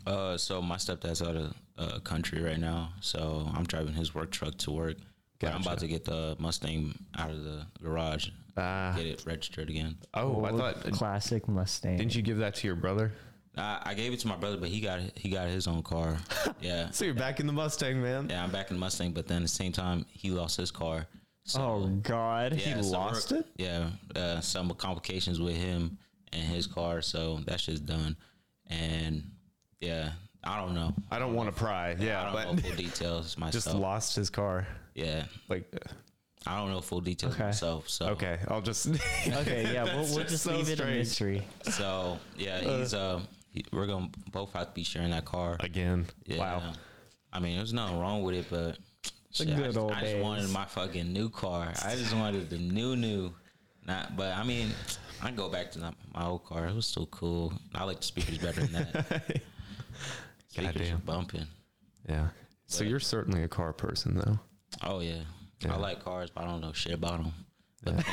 Speaker 3: Uh, so my stepdad's out of uh, country right now, so I'm driving his work truck to work. But I'm about
Speaker 2: Gotcha.
Speaker 3: to get the Mustang out of the garage,
Speaker 2: Uh,
Speaker 3: get it registered again.
Speaker 2: oh, I
Speaker 1: Old
Speaker 2: thought
Speaker 1: classic Mustang.
Speaker 2: didn't you give that to your brother?
Speaker 3: I, I gave it to my brother, but he got he got his own car. Yeah,
Speaker 2: So you're back in the Mustang, man.
Speaker 3: yeah. I'm back in Mustang, but then at the same time, he lost his car. So
Speaker 1: Oh God.
Speaker 3: yeah,
Speaker 2: he
Speaker 3: so we're-
Speaker 2: lost it?
Speaker 3: Yeah, uh, some complications with him and his car, so that shit's done. And yeah, I don't know.
Speaker 2: I don't want to pry.
Speaker 3: I
Speaker 2: Yeah,
Speaker 3: don't know
Speaker 2: but
Speaker 3: full details myself.
Speaker 2: just lost his car.
Speaker 3: yeah,
Speaker 2: Like,
Speaker 3: I don't know full details
Speaker 1: Okay.
Speaker 3: myself. So
Speaker 2: okay, I'll just.
Speaker 1: Okay. Yeah. we'll
Speaker 2: That's
Speaker 1: we'll
Speaker 2: just
Speaker 1: just
Speaker 2: so
Speaker 1: leave it a
Speaker 2: strange.
Speaker 1: mystery.
Speaker 3: so yeah, he's uh, he- we're gonna both have to be sharing that car.
Speaker 2: Again.
Speaker 3: Yeah.
Speaker 2: Wow.
Speaker 3: I mean, there's nothing wrong with it, but shit, I,
Speaker 1: good
Speaker 3: just,
Speaker 1: old
Speaker 3: I just
Speaker 1: days.
Speaker 3: wanted my fucking new car. I just wanted the new new. Not, but I mean, I can go back to my my old car. It was still cool. I like the speakers better than that. speakers
Speaker 2: Goddamn.
Speaker 3: are bumping.
Speaker 2: Yeah. So you're certainly a car person, though.
Speaker 3: Oh yeah.
Speaker 2: Yeah.
Speaker 3: I like cars, but I don't know shit about them. But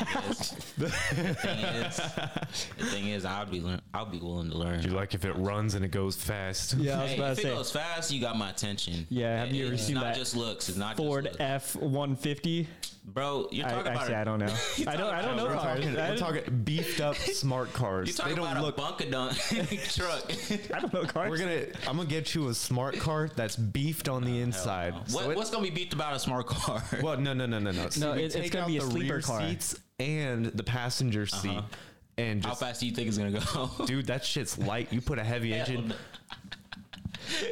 Speaker 3: the, thing is, the thing is, the thing is, I'll be learn, I'll be willing to learn.
Speaker 2: You like if it runs and it goes fast.
Speaker 1: Yeah. I was
Speaker 3: Hey,
Speaker 1: about
Speaker 3: if
Speaker 1: to
Speaker 3: it
Speaker 1: say
Speaker 3: goes fast, you got my attention.
Speaker 1: Yeah, have you ever
Speaker 3: it's
Speaker 1: seen
Speaker 3: not
Speaker 1: that
Speaker 3: just looks. It's not
Speaker 1: Ford
Speaker 3: just
Speaker 1: F
Speaker 3: looks.
Speaker 1: one fifty.
Speaker 3: bro. You're
Speaker 1: I
Speaker 3: talking about
Speaker 1: actually
Speaker 3: a-
Speaker 1: I don't know. I don't I don't know
Speaker 2: We're
Speaker 1: cars.
Speaker 2: talking,
Speaker 1: I
Speaker 2: we're
Speaker 1: don't-
Speaker 2: talking beefed up smart
Speaker 3: You
Speaker 2: cars. They
Speaker 3: talking
Speaker 2: don't
Speaker 3: about
Speaker 2: look.
Speaker 3: a bunkadunk truck?
Speaker 1: I don't know cars.
Speaker 2: We're gonna. I'm gonna get you a smart car that's beefed on the inside.
Speaker 3: what,
Speaker 2: So it-
Speaker 3: what's gonna be beefed about a smart car?
Speaker 2: Well, no, no, no, no, no.
Speaker 1: No,
Speaker 2: you
Speaker 1: it- it's
Speaker 2: take
Speaker 1: gonna
Speaker 2: out
Speaker 1: be a
Speaker 2: the
Speaker 1: sleeper
Speaker 2: rear
Speaker 1: car.
Speaker 2: seats and the passenger seat, and
Speaker 3: How
Speaker 2: just
Speaker 3: fast do you think it's gonna go?
Speaker 2: dude, that shit's light. You put a heavy engine.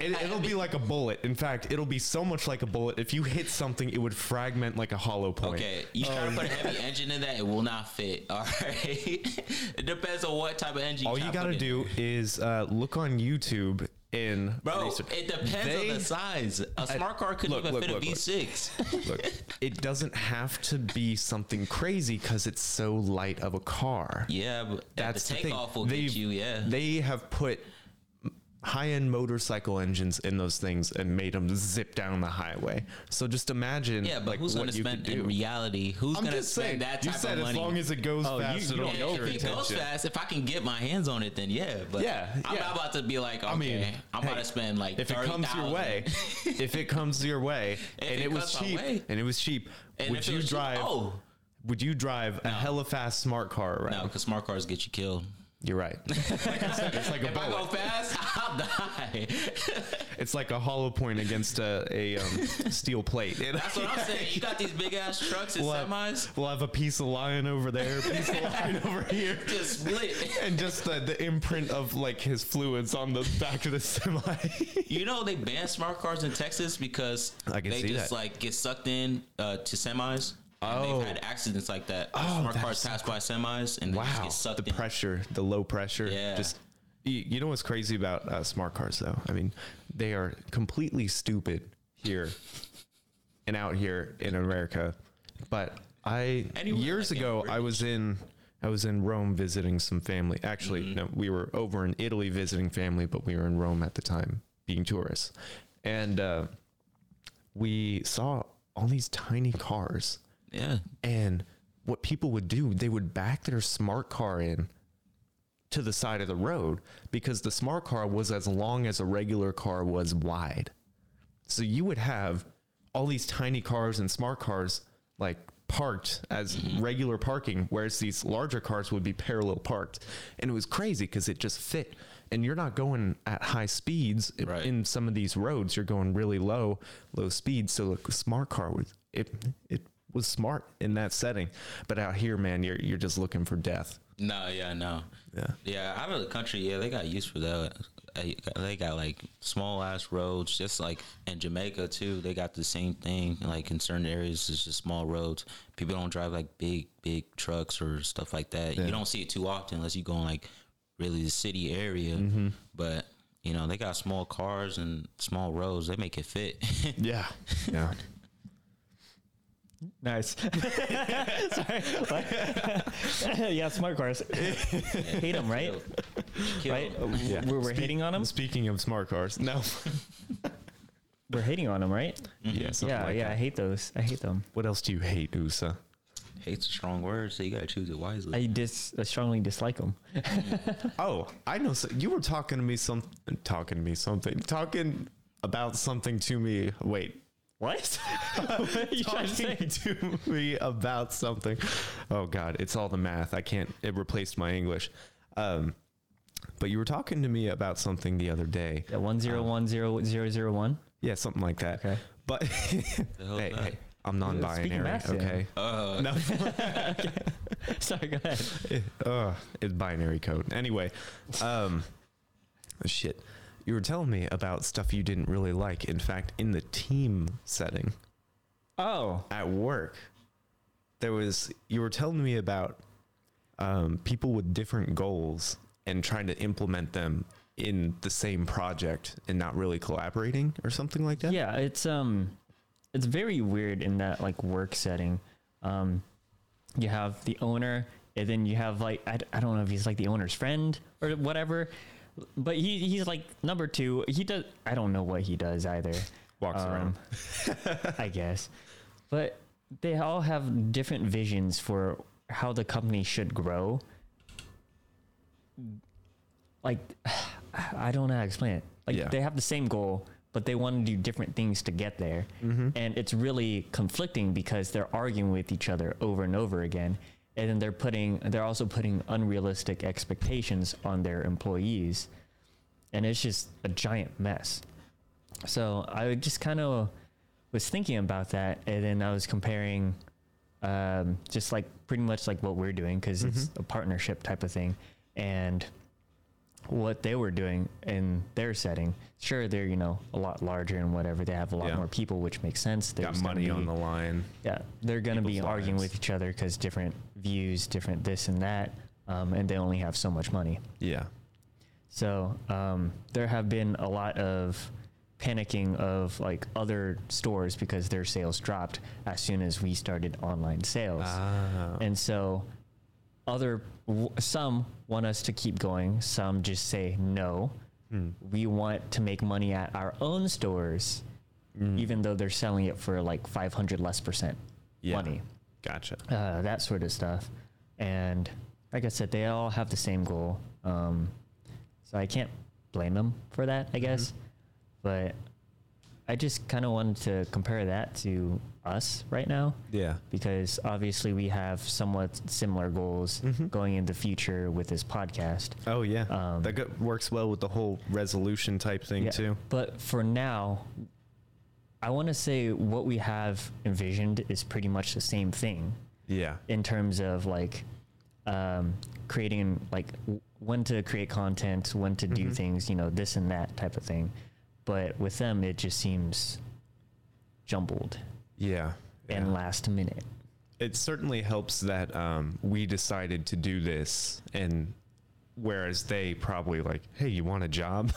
Speaker 2: It, it'll be like a bullet. In fact, it'll be so much like a bullet. If you hit something, it would fragment like a hollow point.
Speaker 3: Okay, you
Speaker 1: Oh,
Speaker 3: try to put a heavy engine in that, it will not fit. All right, it depends on what type of engine.
Speaker 2: All
Speaker 3: try
Speaker 2: you
Speaker 3: to
Speaker 2: gotta
Speaker 3: put in.
Speaker 2: do is uh, look on YouTube and
Speaker 3: Bro,
Speaker 2: research.
Speaker 3: it depends
Speaker 2: They-
Speaker 3: on the size. A smart car could
Speaker 2: look,
Speaker 3: even
Speaker 2: look,
Speaker 3: fit
Speaker 2: look,
Speaker 3: a
Speaker 2: look.
Speaker 3: V6.
Speaker 2: Look, it doesn't have to be something crazy because it's so light of a car.
Speaker 3: yeah, but
Speaker 2: That's the,
Speaker 3: the
Speaker 2: thing.
Speaker 3: takeoff will
Speaker 2: They've-
Speaker 3: get you. Yeah,
Speaker 2: They have put high-end motorcycle engines in those things and made them zip down the highway. So just imagine,
Speaker 3: yeah, but
Speaker 2: like,
Speaker 3: who's
Speaker 2: what
Speaker 3: gonna
Speaker 2: you could
Speaker 3: spend
Speaker 2: do.
Speaker 3: in reality? Who's
Speaker 2: I'm
Speaker 3: gonna
Speaker 2: just saying.
Speaker 3: spend that
Speaker 2: you
Speaker 3: type
Speaker 2: said as
Speaker 3: of money?
Speaker 2: long as it goes
Speaker 1: Oh, you-
Speaker 2: fast,
Speaker 1: you
Speaker 2: it'll
Speaker 1: don't
Speaker 2: get
Speaker 3: Yeah,
Speaker 2: your
Speaker 3: if it goes
Speaker 2: attention.
Speaker 3: fast, if I can get my hands on it, then yeah. But
Speaker 2: Yeah,
Speaker 3: I'm
Speaker 2: yeah.
Speaker 3: not about to be like, okay, I
Speaker 2: mean,
Speaker 3: am
Speaker 2: hey,
Speaker 3: about to spend like
Speaker 2: If it comes your
Speaker 3: 30,000.
Speaker 2: way, if it comes your way, and
Speaker 3: it
Speaker 2: it, was
Speaker 3: comes my
Speaker 2: cheap,
Speaker 3: way.
Speaker 2: and it was cheap,
Speaker 3: And
Speaker 2: would
Speaker 3: if it
Speaker 2: you
Speaker 3: was cheap-
Speaker 2: drive?
Speaker 3: Oh
Speaker 2: Would you drive a hella fast smart car around?
Speaker 3: no, because smart cars get you killed.
Speaker 2: You're right. Like I said, it's like a
Speaker 3: If I
Speaker 2: bullet.
Speaker 3: go fast, I'll die.
Speaker 2: It's like a hollow point against a, a um, steel plate. It-
Speaker 3: That's what I'm saying. You got these big ass trucks and
Speaker 2: we'll,
Speaker 3: semis.
Speaker 2: have, we'll have a piece of lion over there, piece of lion over here,
Speaker 3: Just split.
Speaker 2: and just the, the imprint of like his fluids on the back of the semi.
Speaker 3: You know they banned smart cars in Texas because
Speaker 2: I can
Speaker 3: they
Speaker 2: see
Speaker 3: just
Speaker 2: that.
Speaker 3: like get sucked in uh, to semis.
Speaker 2: Oh.
Speaker 3: and they've had accidents like that.
Speaker 2: Oh,
Speaker 3: smart
Speaker 2: that
Speaker 3: cars
Speaker 2: is so
Speaker 3: pass by semis and they just
Speaker 2: wow,
Speaker 3: get sucked
Speaker 2: the
Speaker 3: in.
Speaker 2: pressure, the low pressure.
Speaker 3: Yeah.
Speaker 2: Just you, you know what's crazy about uh, smart cars though? I mean, they are completely stupid here and out here in America. But I
Speaker 3: Anywhere,
Speaker 2: years
Speaker 3: like,
Speaker 2: ago
Speaker 3: anywhere.
Speaker 2: I was in I was in Rome visiting some family. Actually,
Speaker 3: Mm-hmm.
Speaker 2: no, we were over in Italy visiting family, but we were in Rome at the time being tourists. And uh, we saw all these tiny cars
Speaker 3: yeah,
Speaker 2: and what people would do, they would back their smart car in to the side of the road because the smart car was as long as a regular car was wide. So you would have all these tiny cars and smart cars like parked as regular parking, whereas these larger cars would be parallel parked. And it was crazy because it just fit. And you're not going at high speeds i-
Speaker 3: Right.
Speaker 2: in some of these roads. You're going really low, low speed. So the smart car was it it was smart in that setting. But out here, man, you're you're just looking for death.
Speaker 3: no, yeah, no,
Speaker 2: Yeah.
Speaker 3: yeah. Out of the country, yeah, they got used for that. Uh, They got like small ass roads, just like in Jamaica too. They got the same thing. Like in certain areas, it's just small roads. People don't drive like big, big trucks or stuff like that. You don't see it too often unless you go in like really the city area.
Speaker 2: Mm-hmm.
Speaker 3: But you know, they got small cars and small roads. They make it fit.
Speaker 2: Yeah. Yeah.
Speaker 1: Nice. Sorry. yeah, smart cars. Hate them, right?
Speaker 3: Kill
Speaker 1: Right?
Speaker 3: 'em.
Speaker 2: Yeah.
Speaker 1: We're, we're hating on them.
Speaker 2: Speaking of smart cars, no.
Speaker 1: We're hating on them, right?
Speaker 2: yeah. something
Speaker 1: yeah,
Speaker 2: like
Speaker 1: yeah. I
Speaker 2: that.
Speaker 1: hate those. I hate them.
Speaker 2: What else do you hate, Usa?
Speaker 3: Hate's a strong word, so you gotta choose it wisely.
Speaker 1: I dis. I strongly dislike them.
Speaker 2: Oh, I know. So you were talking to me some, talking to me something, talking about something to me. Wait,
Speaker 1: What? what are you trying to say?
Speaker 2: talking to me about something. Oh God, it's all the math. I can't. It replaced my English. Um, But you were talking to me about something the other day.
Speaker 1: Yeah, one zero one zero zero zero one.
Speaker 2: Yeah, something like that.
Speaker 1: Okay.
Speaker 2: But hey,
Speaker 3: hell's that?
Speaker 2: hey, I'm
Speaker 1: Speaking
Speaker 2: non-binary.
Speaker 1: back to
Speaker 2: Okay.
Speaker 3: Uh,
Speaker 2: No.
Speaker 1: Sorry, go ahead.
Speaker 2: Ugh, Eh, uh, it's binary code. Anyway, um, shit. You were telling me about stuff you didn't really like. In fact, in the team setting
Speaker 1: Oh,
Speaker 2: at work, there was you were telling me about um, people with different goals and trying to implement them in the same project and not really collaborating or something like that.
Speaker 1: yeah it's um it's very weird in that like work setting um you have the owner and then you have like i, d- I don't know if he's like the owner's friend or whatever but he he's like number two he does i don't know what he does either Um,
Speaker 2: Walks around.
Speaker 1: i guess but they all have different visions for how the company should grow like I don't know how to explain it. Like
Speaker 2: Yeah.
Speaker 1: they have the same goal, but they want to do different things to get there, and it's really conflicting because they're arguing with each other over and over again, and then they're putting they're also putting unrealistic expectations on their employees, and it's just a giant mess. So I would just kind of was thinking about that, and then I was comparing, um, just like pretty much like what we're doing because it's
Speaker 2: Mm-hmm.
Speaker 1: a partnership type of thing, and what they were doing in their setting. Sure, they're you know a lot larger and whatever. They have a lot
Speaker 2: Yeah.
Speaker 1: more people, which makes sense.
Speaker 2: Got
Speaker 1: There's gonna
Speaker 2: money
Speaker 1: be-
Speaker 2: on the line.
Speaker 1: yeah. They're gonna be
Speaker 2: people's
Speaker 1: arguing
Speaker 2: lives.
Speaker 1: with each other because different views, different this and that, um, and they only have so much money.
Speaker 2: Yeah.
Speaker 1: So um, there have been a lot of panicking of like other stores because their sales dropped as soon as we started online sales,
Speaker 2: Ah.
Speaker 1: and so other w- some want us to keep going. Some just say no.
Speaker 2: Hmm.
Speaker 1: We want to make money at our own stores,
Speaker 2: Hmm.
Speaker 1: even though they're selling it for like 500 less percent
Speaker 2: Yeah.
Speaker 1: money
Speaker 2: Gotcha.
Speaker 1: uh, that sort of stuff. And like I said, they all have the same goal. Um, so I can't blame them for that, I guess. But I just kind of wanted to compare that to us right now
Speaker 2: Yeah.
Speaker 1: because obviously we have somewhat similar goals going in the future with this podcast.
Speaker 2: Oh yeah,
Speaker 1: Um,
Speaker 2: that go- works well with the whole resolution type thing
Speaker 1: Yeah,
Speaker 2: too.
Speaker 1: But for now, I want to say what we have envisioned is pretty much the same thing.
Speaker 2: Yeah,
Speaker 1: in terms of like um, creating like w- when to create content, when to
Speaker 2: Mm-hmm.
Speaker 1: do things, you know, this and that type of thing. But with them, it just seems jumbled
Speaker 2: yeah.
Speaker 1: and
Speaker 2: yeah.
Speaker 1: last minute.
Speaker 2: it certainly helps that um, we decided to do this, and whereas they probably like, hey, you want a job?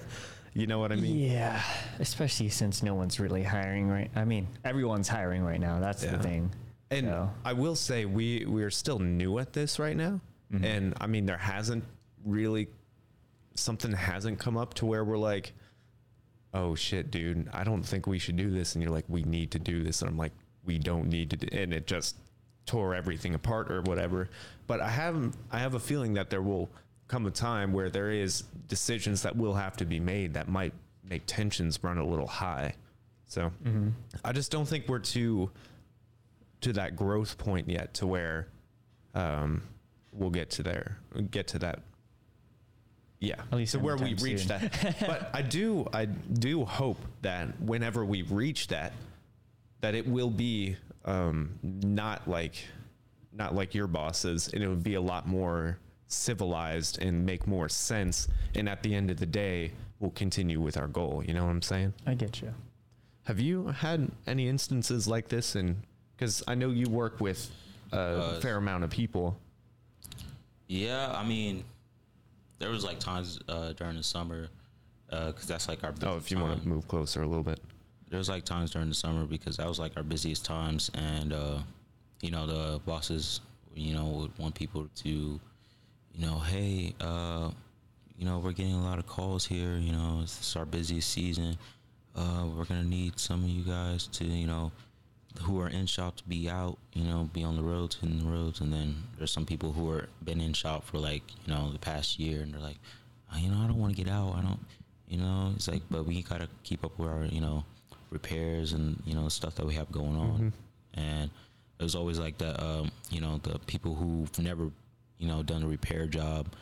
Speaker 2: you know what I mean?
Speaker 1: yeah, especially since no one's really hiring right. I mean, everyone's hiring right now. That's
Speaker 2: Yeah.
Speaker 1: the thing.
Speaker 2: And
Speaker 1: So-
Speaker 2: I will say we we are still new at this right now, and I mean there hasn't really something hasn't come up to where we're like, oh shit, dude, I don't think we should do this, and you're like, we need to do this, and I'm like, we don't need to, do, and it just tore everything apart or whatever. But I have I have a feeling that there will come a time where there is decisions that will have to be made that might make tensions run a little high. So
Speaker 1: Mm-hmm.
Speaker 2: I just don't think we're too to that growth point yet to where um, we'll get to there get to that yeah
Speaker 1: At least
Speaker 2: to where we
Speaker 1: anytime
Speaker 2: reach
Speaker 1: soon.
Speaker 2: that but i do i do hope that whenever we reach that that it will be um, not like not like your bosses and it would be a lot more civilized and make more sense and at the end of the day we'll continue with our goal you know what i'm saying
Speaker 1: I get you.
Speaker 2: have you had any instances like this? And because I know you work with a
Speaker 3: Uh,
Speaker 2: fair amount of people.
Speaker 3: Yeah, I mean, there was like times uh, during the summer because that's like our.
Speaker 2: Oh, if you
Speaker 3: uh,
Speaker 2: want to move closer a little bit.
Speaker 3: there was like times during the summer because that was like our busiest times, and uh, you know the bosses, you know, would want people to, you know, hey, uh, you know, we're getting a lot of calls here. You know, it's it's our busiest season. Uh, we're gonna need some of you guys to, you know, who are in shop to be out, you know, be on the roads, hitting the roads, and then there's some people who are been in shop for like, you know, the past year, and they're like, "Uh, you know, I don't want to get out, I don't, you know, it's like, but we gotta keep up with our, you know, repairs and you know stuff that we have going on, and there's always like the, um, you know, the people who've never, you know, done a repair job,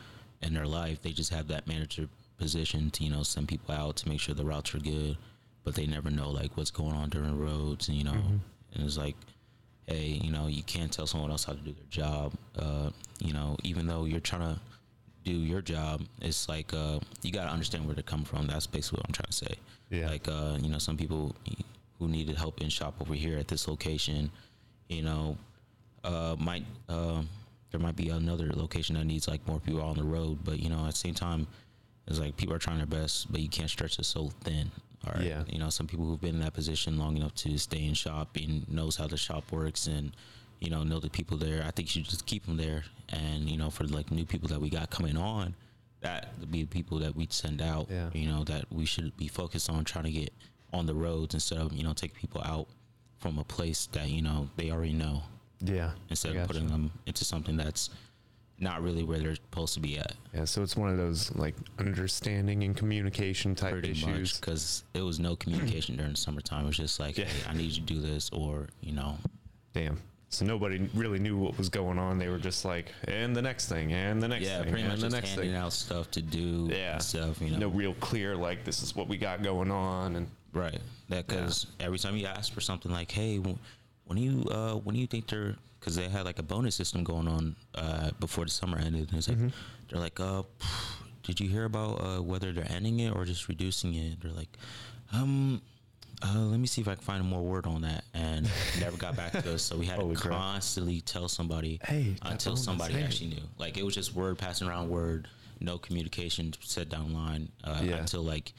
Speaker 3: in their life. They just have that manager position to you know send people out to make sure the routes are good, but they never know like what's going on during roads and you know. And it's like, hey, you know, you can't tell someone else how to do their job. Uh, you know, even though you're trying to do your job, it's like uh, you got to understand where they come from. That's basically what I'm trying to say.
Speaker 2: Yeah.
Speaker 3: Like uh, you know, some people who needed help in shop over here at this location, you know, uh, might um there might be another location that needs like more people on the road. But you know, at the same time, it's like people are trying their best, but you can't stretch it so thin. All right.
Speaker 2: Yeah.
Speaker 3: You know, some people who've been in that position long enough to stay in shop and knows how the shop works and you know know the people there. I think you should just keep them there. And you know, for like new people that we got coming on, that would be the people that we'd send out.
Speaker 2: Yeah.
Speaker 3: You know that we should be focused on trying to get on the roads instead of you know take people out from a place that you know they already know
Speaker 2: Yeah.
Speaker 3: instead
Speaker 2: I
Speaker 3: of
Speaker 2: gotcha.
Speaker 3: putting them into something that's not really where they're supposed to be at.
Speaker 2: Yeah, so it's one of those like understanding and communication type
Speaker 3: pretty much
Speaker 2: issues.
Speaker 3: because it was no communication during the summertime. It was just like,
Speaker 2: Yeah.
Speaker 3: hey, I need you to do this, or you know,
Speaker 2: Damn. So nobody really knew what was going on. They were just like, and the next thing, and the next
Speaker 3: yeah,
Speaker 2: thing,
Speaker 3: pretty
Speaker 2: and
Speaker 3: much
Speaker 2: the
Speaker 3: just
Speaker 2: next
Speaker 3: handing
Speaker 2: thing.
Speaker 3: out stuff to do,
Speaker 2: Yeah.
Speaker 3: and stuff, you know,
Speaker 2: No real clear like this is what we got going on, and
Speaker 3: right? That because every time you ask for something, like, hey, wh- when do you uh, when do you think they're because they had like a bonus system going on uh, before the summer ended, and it's
Speaker 2: Mm-hmm.
Speaker 3: like they're like, uh, did you hear about uh, whether they're ending it or just reducing it? They're like, um. Uh, let me see if I can find more word on that, and never got back to us. So we had to
Speaker 2: Holy crap.
Speaker 3: constantly tell somebody
Speaker 2: Hey, that
Speaker 3: until
Speaker 2: bonus,
Speaker 3: somebody
Speaker 2: hey.
Speaker 3: actually knew. Like it was just word passing around word, no communication set down line uh,
Speaker 2: Yeah.
Speaker 3: until like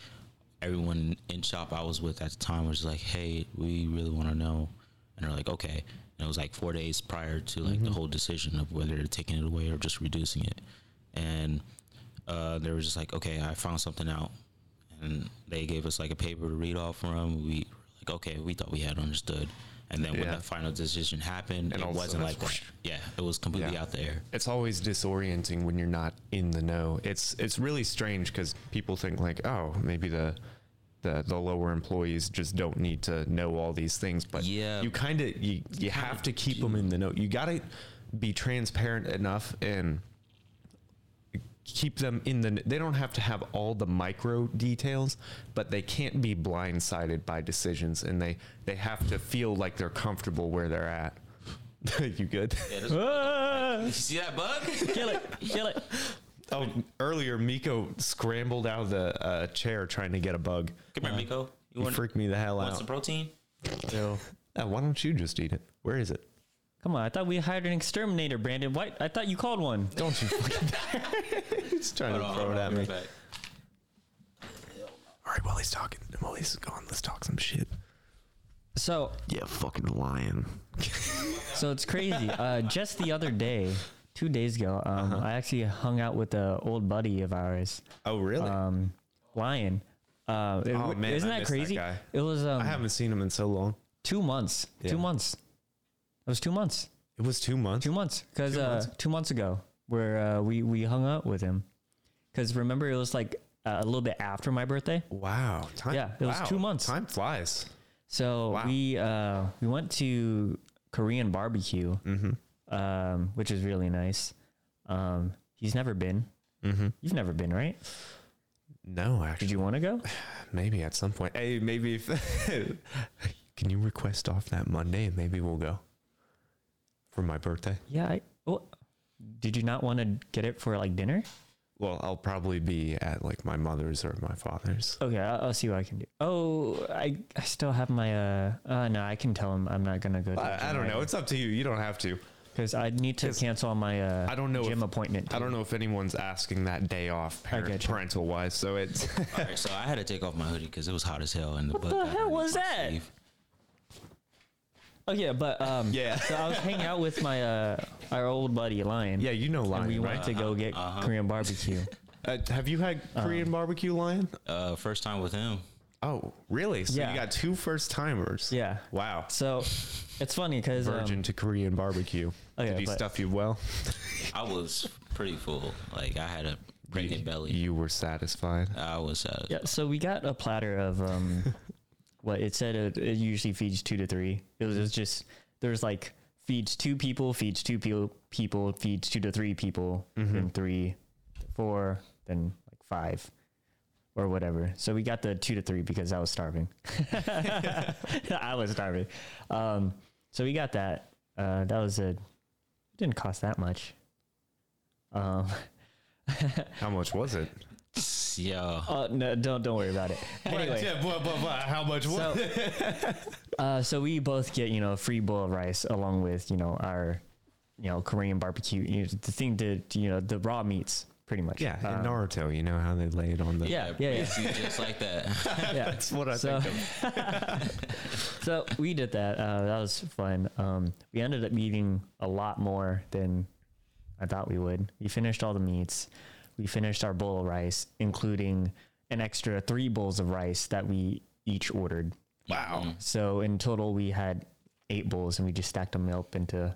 Speaker 3: everyone in shop I was with at the time was like, "Hey, we really want to know," and they're like, "Okay." And it was like four days prior to like
Speaker 2: Mm-hmm.
Speaker 3: the whole decision of whether they're taking it away or just reducing it, and uh, they were just like, "Okay, I found something out." and they gave us like a paper to read off from. We were like, okay, we thought we had understood, and then when
Speaker 2: Yeah.
Speaker 3: that final decision happened,
Speaker 2: And
Speaker 3: it
Speaker 2: all of a
Speaker 3: wasn't
Speaker 2: sudden
Speaker 3: like
Speaker 2: it's
Speaker 3: that. Yeah, it was completely
Speaker 2: Yeah.
Speaker 3: out the air.
Speaker 2: it's always disorienting when you're not in the know. It's it's really strange because people think like, oh, maybe the the the lower employees just don't need to know all these things, but
Speaker 3: Yeah.
Speaker 2: you kind of you you have to keep them in the know. You got to be transparent enough and keep them in the they don't have to have all the micro details but they can't be blindsided by decisions and they they have to feel like they're comfortable where they're at you good
Speaker 1: Ah!
Speaker 3: You see that bug?
Speaker 1: kill it, kill it.
Speaker 2: Oh, earlier Miko scrambled out of the uh, chair trying to get a bug.
Speaker 3: Come here, Miko. You
Speaker 2: Uh, You
Speaker 3: want,
Speaker 2: freaked me the hell
Speaker 3: want some
Speaker 2: out.
Speaker 3: protein?
Speaker 2: Uh, why don't you just eat it? Where is it?
Speaker 1: Come on, I thought we hired an exterminator, Brandon. Why? I thought you called one.
Speaker 2: Don't you fucking He's trying
Speaker 3: Hold
Speaker 2: to
Speaker 3: on,
Speaker 2: throw
Speaker 3: hold
Speaker 2: it
Speaker 3: on,
Speaker 2: at
Speaker 3: be
Speaker 2: me.
Speaker 3: right back.
Speaker 2: All right, while he's talking, while he's gone, let's talk some shit.
Speaker 1: So,
Speaker 2: Yeah, fucking lion.
Speaker 1: so it's crazy. Uh, just the other day, two days ago, um,
Speaker 2: Uh-huh.
Speaker 1: I actually hung out with an old buddy of ours,
Speaker 2: Oh, really?
Speaker 1: um, Lion. Uh, it-
Speaker 2: Oh, man,
Speaker 1: isn't
Speaker 2: I
Speaker 1: that
Speaker 2: miss that
Speaker 1: crazy?
Speaker 2: guy.
Speaker 1: It was um,
Speaker 2: I haven't seen him in so long.
Speaker 1: two months.
Speaker 2: Yeah.
Speaker 1: Two months. It was two months.
Speaker 2: It was two months.
Speaker 1: Two months, because
Speaker 2: Two
Speaker 1: uh,
Speaker 2: months?
Speaker 1: two months ago, where uh, we we hung out with him, because remember it was like uh, a little bit after my birthday,
Speaker 2: Wow. Time,
Speaker 1: Yeah, it was
Speaker 2: wow,
Speaker 1: two months.
Speaker 2: Time flies.
Speaker 1: so
Speaker 2: Wow.
Speaker 1: we uh, we went to Korean barbecue,
Speaker 2: Mm-hmm,
Speaker 1: um, which is really nice. Um, he's never been. You've never been, right?
Speaker 2: mm-hmm. No,
Speaker 1: Did
Speaker 2: actually,
Speaker 1: you want to go?
Speaker 2: maybe at some point. Hey, maybe if can you request off that Monday and maybe we'll go for my birthday.
Speaker 1: Yeah. I, oh, did you not want to get it for like dinner?
Speaker 2: Well, I'll probably be at like my mother's or my father's.
Speaker 1: Okay, I'll, I'll see what I can do. Oh, I, I still have my uh, uh no, I can tell him I'm not gonna go. To
Speaker 2: I, I don't know. It's up to you. You don't have to.
Speaker 1: because I need to
Speaker 2: 'Cause
Speaker 1: cancel my uh
Speaker 2: I don't know
Speaker 1: gym
Speaker 2: if-
Speaker 1: appointment.
Speaker 2: I don't know if anyone's asking that day off parent,
Speaker 1: gotcha.
Speaker 2: parental wise. So it's
Speaker 3: All right, so I had to take off my hoodie because it was hot as hell. And the what bug
Speaker 1: the
Speaker 3: got
Speaker 1: hell
Speaker 3: underneath
Speaker 1: was
Speaker 3: my
Speaker 1: that?
Speaker 3: sleeve.
Speaker 1: Oh yeah, but um
Speaker 2: Yeah.
Speaker 1: So I was hanging out with my uh our old buddy Lion.
Speaker 2: yeah, you know
Speaker 1: and
Speaker 2: lion,
Speaker 1: we
Speaker 2: right? Uh-huh.
Speaker 1: went to Um, go get Korean barbecue.
Speaker 2: Uh, have you had Korean barbecue lion?
Speaker 3: Uh, first time with him.
Speaker 2: Oh, really? So
Speaker 1: Yeah.
Speaker 2: you got two first timers.
Speaker 1: yeah.
Speaker 2: Wow.
Speaker 1: So it's funny because
Speaker 2: Virgin
Speaker 1: um,
Speaker 2: to Korean barbecue.
Speaker 1: Oh, yeah,
Speaker 2: Did he
Speaker 1: but-
Speaker 2: stuff you well?
Speaker 3: I was pretty full. Like I had a pregnant belly.
Speaker 2: You were satisfied.
Speaker 3: I was uh,
Speaker 1: yeah, so we got a platter of um what it said it, it usually feeds two to three. It was just there's like Mm-hmm. feeds two people, feeds two people, people feeds two to three people, and three four, then like five or whatever. So we got the two to three because I was starving. I was starving. Um, so we got that. Uh, that was a, it didn't cost that much. Um,
Speaker 2: How much was it?
Speaker 3: Yeah.
Speaker 1: uh, no, don't, don't worry about it. Anyway,
Speaker 2: Yeah, blah, blah, blah. How much was
Speaker 1: so, uh, so we both get you know a free bowl of rice along with you know our you know Korean barbecue you know, the thing that you know the raw meats pretty much
Speaker 2: Yeah,
Speaker 1: Uh,
Speaker 3: Um,
Speaker 2: in Naruto, you know how they lay it on the.
Speaker 1: yeah yeah yeah,
Speaker 3: basically just like that.
Speaker 1: yeah.
Speaker 2: That's what I
Speaker 1: So-
Speaker 2: think of.
Speaker 1: so we did that uh, that was fun um, we ended up eating a lot more than I thought we would we finished all the meats we finished our bowl of rice including an extra three bowls of rice that we each ordered
Speaker 3: Wow.
Speaker 1: So in total, we had eight bowls, and we just stacked them up into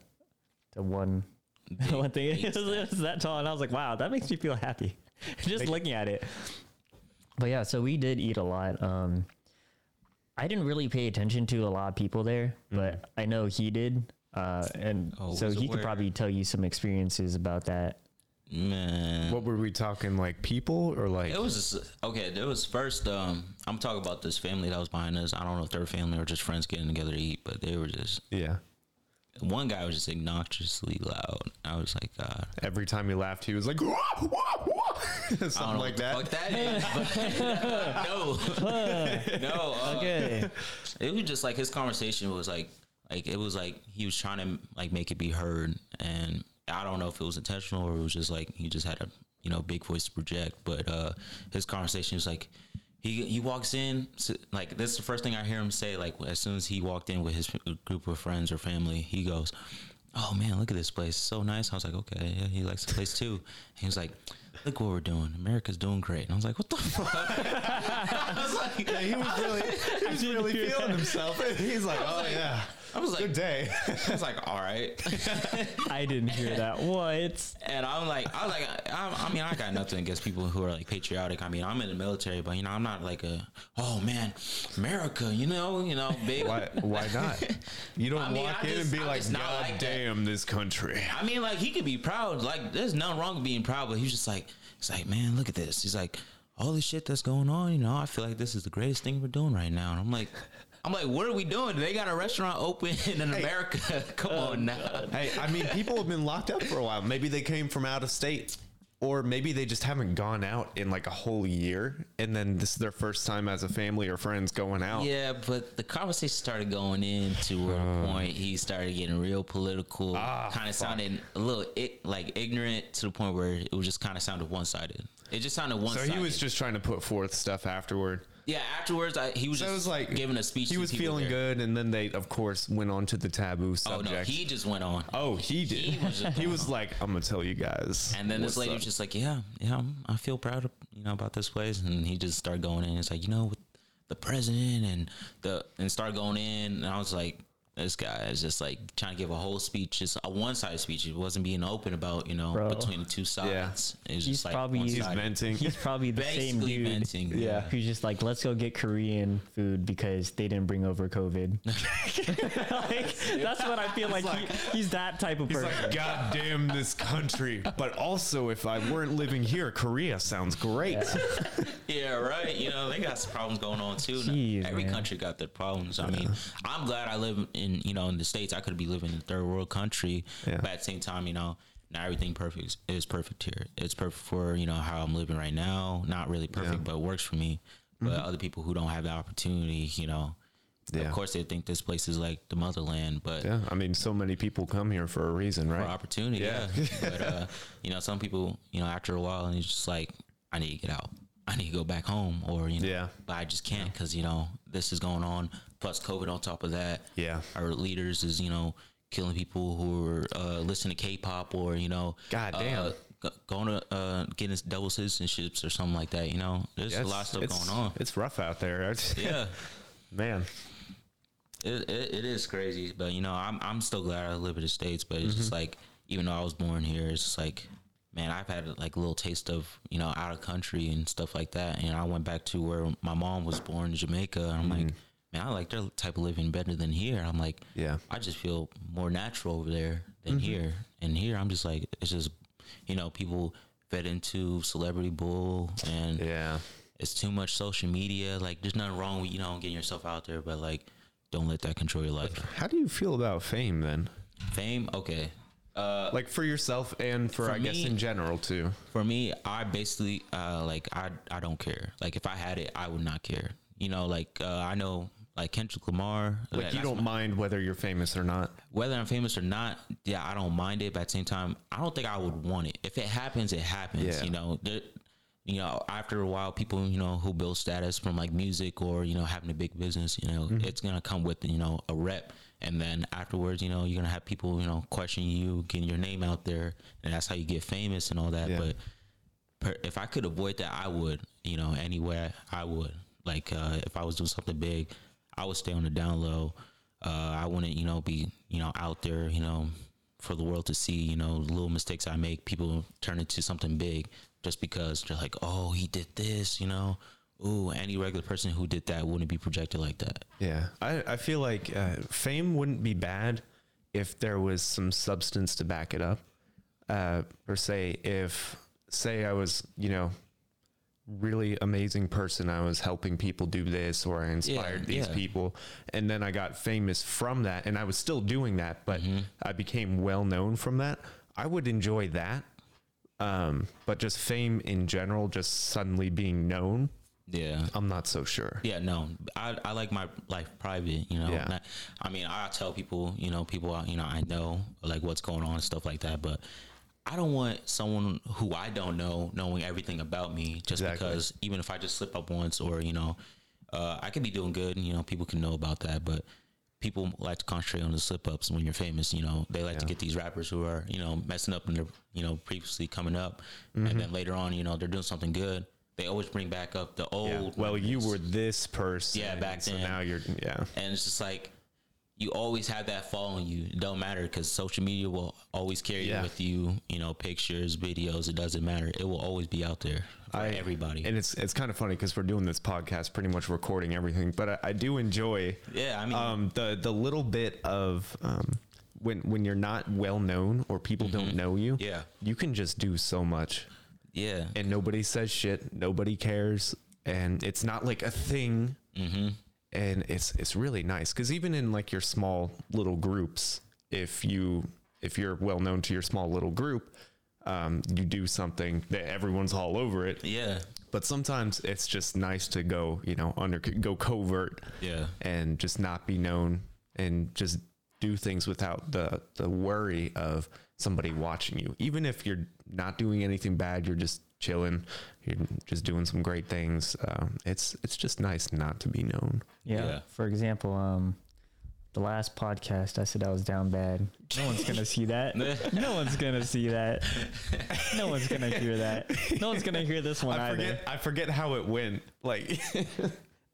Speaker 1: to one one thing. It was, it was that tall, and I was like, "Wow, that makes me feel happy just looking at it." But yeah, so we did eat a lot. Um, I didn't really pay attention to a lot of people there, but I know he did, uh, and
Speaker 3: Hmm. Oh,
Speaker 1: so
Speaker 3: was
Speaker 1: he could
Speaker 3: aware.
Speaker 1: probably tell you some experiences about that.
Speaker 3: Mm, Man.
Speaker 2: What were we talking? Like people or like?
Speaker 3: It was just, okay. There was first. Um, I'm talking about this family that was behind us. I don't know if they were family or just friends getting together to eat, but they were just.
Speaker 2: yeah.
Speaker 3: One guy was just obnoxiously loud. I was like, uh, God,
Speaker 2: Every time he laughed, he was like, "Wah, wah, wah,"
Speaker 3: I don't
Speaker 2: something like
Speaker 3: know
Speaker 2: that.
Speaker 3: what the Fuck that is. but- no, no. uh,
Speaker 1: Okay,
Speaker 3: It was just like his conversation was like, like it was like he was trying to like make it be heard, and I don't know if it was intentional or it was just like he just had a you know big voice to project. But uh, his conversation was like. He, he walks in s like this is the first thing I hear him say like as soon as he walked in with his group of friends or family he goes oh man look at this place so nice I was like okay yeah he likes the place too he was like look what we're doing America's doing great and I was like what the fuck I was like
Speaker 2: Yeah, he was really, he was really feeling himself. He's like, "Oh yeah,
Speaker 3: I was like
Speaker 2: good day."
Speaker 3: I was like, all right.
Speaker 1: I didn't hear that. What?
Speaker 3: And I'm like, I was like, I, I mean, I got nothing against people who are like patriotic. I mean, I'm in the military, but you know, I'm not like a, oh man, America, you know, you know, big.
Speaker 2: Why? Why not? You don't
Speaker 3: I mean,
Speaker 2: walk
Speaker 3: I
Speaker 2: in
Speaker 3: just-
Speaker 2: and be
Speaker 3: I'm
Speaker 2: like,
Speaker 3: just not
Speaker 2: "God
Speaker 3: like that."
Speaker 2: damn, this country."
Speaker 3: I mean, like he could be proud. Like there's nothing wrong with being proud, but he's just like, it's like, man, look at this. He's like, all this shit that's going on. You know, I feel like this is the greatest thing we're doing right now. And I'm like. I'm like, what are we doing? They got a restaurant open in America. Come on now.
Speaker 2: Hey, I mean, people have been locked up for a while. Maybe they came from out of state, or maybe they just haven't gone out in like a whole year, and then this is their first time as a family or friends going out.
Speaker 3: Yeah, but the conversation started going into a
Speaker 2: Uh.
Speaker 3: point he started getting real political.
Speaker 2: Ah,
Speaker 3: kind of sounded a little I- like ignorant to the point where it was just kind of sounded one sided. It just sounded one
Speaker 2: So
Speaker 3: sided.
Speaker 2: he was just trying to put forth stuff afterward.
Speaker 3: yeah. Afterwards, I, he was
Speaker 2: So
Speaker 3: just
Speaker 2: it was like
Speaker 3: giving a speech.
Speaker 2: He
Speaker 3: to
Speaker 2: was
Speaker 3: people
Speaker 2: feeling
Speaker 3: there.
Speaker 2: good, and then they, of course, went on to the taboo
Speaker 3: Oh
Speaker 2: subject.
Speaker 3: no, he just went on.
Speaker 2: Oh, he did.
Speaker 3: He
Speaker 2: He
Speaker 3: was
Speaker 2: was,
Speaker 3: just
Speaker 2: like, I'm gonna tell you guys.
Speaker 3: And then this
Speaker 2: what's
Speaker 3: lady
Speaker 2: up."
Speaker 3: was just like, "Yeah, yeah, I'm- I feel proud, of, you know, about this place." And he just started going in. It's like, you know, with the president and the and start going in. And I was like, this guy is just like trying to give a whole speech, just a one sided speech. He wasn't being open about, you know,
Speaker 1: Bro.
Speaker 3: between the two sides. It was
Speaker 1: He's
Speaker 3: just like
Speaker 1: probably-
Speaker 3: one
Speaker 1: He's
Speaker 2: he's
Speaker 3: sided.
Speaker 2: venting.
Speaker 1: He's probably the same
Speaker 3: basically
Speaker 1: dude.
Speaker 3: venting.
Speaker 2: Yeah.
Speaker 1: who's just like, let's go get Korean food because they didn't bring over COVID. like, that's what I feel like. he, he's that type of
Speaker 2: He's
Speaker 1: person.
Speaker 2: like, God damn this country. But also, if I weren't living here, Korea sounds great.
Speaker 3: Yeah, right. You know, they got some problems going on too. Now,
Speaker 1: Jeez,
Speaker 3: Every
Speaker 1: man.
Speaker 3: country got their problems. I mean, I'm glad I live in you know in the states. I could be living in a third world country,
Speaker 2: Yeah.
Speaker 3: but at the same time, you know, not everything perfect is perfect here. It's perfect for you know how I'm living right now. Not really perfect, but it works for me. But other people who don't have that opportunity, you know,
Speaker 2: Yeah.
Speaker 3: of course they think this place is like the motherland, but
Speaker 2: Yeah, I mean, so many people come here for a reason,
Speaker 3: for
Speaker 2: right?
Speaker 3: opportunity, yeah.
Speaker 2: Yeah.
Speaker 3: but uh, you know, some people, you know, after a while, and it's just like, I need to get out. I need to go back home, or you know,
Speaker 2: Yeah.
Speaker 3: but I just can't because you know this is going on. Plus COVID on top of that.
Speaker 2: Yeah.
Speaker 3: our leaders is you know killing people who are uh, listening to K-pop or you know,
Speaker 2: God
Speaker 3: uh,
Speaker 2: damn.
Speaker 3: go- Going to uh, getting double citizenships or something like that, you know. There's a lot of stuff
Speaker 2: it's,
Speaker 3: going on.
Speaker 2: It's rough out there.
Speaker 3: Yeah,
Speaker 2: Man.
Speaker 3: it, it, it is crazy, but you know, I'm I'm still glad I live in the states. But it's just like, even though I was born here, it's just like, man, I've had like a little taste of you know out of country and stuff like that. And I went back to where my mom was born, Jamaica. And I'm like, man, I like their type of living better than here. I'm like,
Speaker 2: Yeah.
Speaker 3: I just feel more natural over there than here. And here, I'm just like, it's just, you know, people fed into Celebrity Bull, and
Speaker 2: Yeah.
Speaker 3: it's too much social media. Like, there's nothing wrong with you know getting yourself out there, but like, don't let that control your life.
Speaker 2: How do you feel about fame then?
Speaker 3: Fame, okay.
Speaker 2: like for yourself and for,
Speaker 3: Uh, For
Speaker 2: I guess
Speaker 3: me-
Speaker 2: in general too.
Speaker 3: For me, I basically uh, like I I don't care. Like, if I had it, I would not care. You know, like uh, I know like Kendrick Lamar.
Speaker 2: Like you
Speaker 3: that's
Speaker 2: don't mind whether you're famous or not.
Speaker 3: whether I'm famous or not, yeah, I don't mind it. But at the same time, I don't think I would want it. If it happens, it happens.
Speaker 2: Yeah.
Speaker 3: You know, There- you know, after a while, people you know who build status from like music or you know having a big business, you know,
Speaker 2: Mm-hmm.
Speaker 3: it's gonna come with you know a rep, and then afterwards, you know, you're gonna have people you know question you, getting your name out there, and that's how you get famous and all that.
Speaker 2: Yeah.
Speaker 3: But per, if I could avoid that, I would. You know, anywhere I would. Like uh, if I was doing something big, I would stay on the down low. Uh, I wouldn't, you know, be you know out there, you know, for the world to see. You know, little mistakes I make, people turn into something big just because they're like, oh, he did this. You know, ooh, any regular person who did that wouldn't be projected like that.
Speaker 2: Yeah. I, I feel like uh, fame wouldn't be bad if there was some substance to back it up. Uh, or say if say I was, you know, really amazing person, I was helping people do this or I inspired these
Speaker 3: yeah.
Speaker 2: people and then I got famous from that and I was still doing that, but
Speaker 3: Mm-hmm.
Speaker 2: I became well known from that. I would enjoy that. Um, but just fame in general, just suddenly being known,
Speaker 3: Yeah.
Speaker 2: I'm not so sure.
Speaker 3: Yeah, no, I, I like my life private, you know.
Speaker 2: Yeah.
Speaker 3: Not- I mean, I tell people, you know, people, I- you know, I know like what's going on and stuff like that, but I don't want someone who I don't know knowing everything about me just
Speaker 2: Exactly.
Speaker 3: because even if I just slip up once or, you know, uh, I could be doing good and, you know, people can know about that, but people like to concentrate on the slip ups when you're famous, you know, they like to get these rappers who are, you know, messing up and they're, you know, previously coming up
Speaker 2: Mm-hmm.
Speaker 3: and then later on, you know, they're doing something good. They always bring back up the old.
Speaker 2: Well, you
Speaker 3: memories.
Speaker 2: were this person.
Speaker 3: Yeah, back
Speaker 2: so
Speaker 3: then.
Speaker 2: now you're yeah.
Speaker 3: and it's just like you always have that following you. It don't matter because social media will always carry
Speaker 2: Yeah.
Speaker 3: it with you. You know, pictures, videos. It doesn't matter. It will always be out there for
Speaker 2: I-
Speaker 3: everybody.
Speaker 2: And it's it's kind of funny because we're doing this podcast, pretty much recording everything. But I, I do enjoy
Speaker 3: yeah, I mean,
Speaker 2: um, the the little bit of um, when when you're not well known or people don't know you.
Speaker 3: Mm-hmm. Yeah.
Speaker 2: you can just do so much,
Speaker 3: yeah,
Speaker 2: and nobody says shit. Nobody cares, and it's not like a thing. Mm-hmm. And it's it's really nice because even in like your small little groups, if you if you're well known to your small little group. Um, you do something that everyone's all over it
Speaker 3: yeah,
Speaker 2: but sometimes it's just nice to go you know under go covert
Speaker 3: yeah,
Speaker 2: and just not be known and just do things without the the worry of somebody watching you even if you're not doing anything bad you're just chilling you're just doing some great things um, it's it's just nice not to be known
Speaker 1: Yeah.
Speaker 3: Yeah.
Speaker 1: For example, um, the last podcast I said I was down bad. No one's gonna see that. no one's gonna see that. No one's gonna hear that. No one's gonna hear this one
Speaker 2: i
Speaker 1: either.
Speaker 2: forget i forget how it went like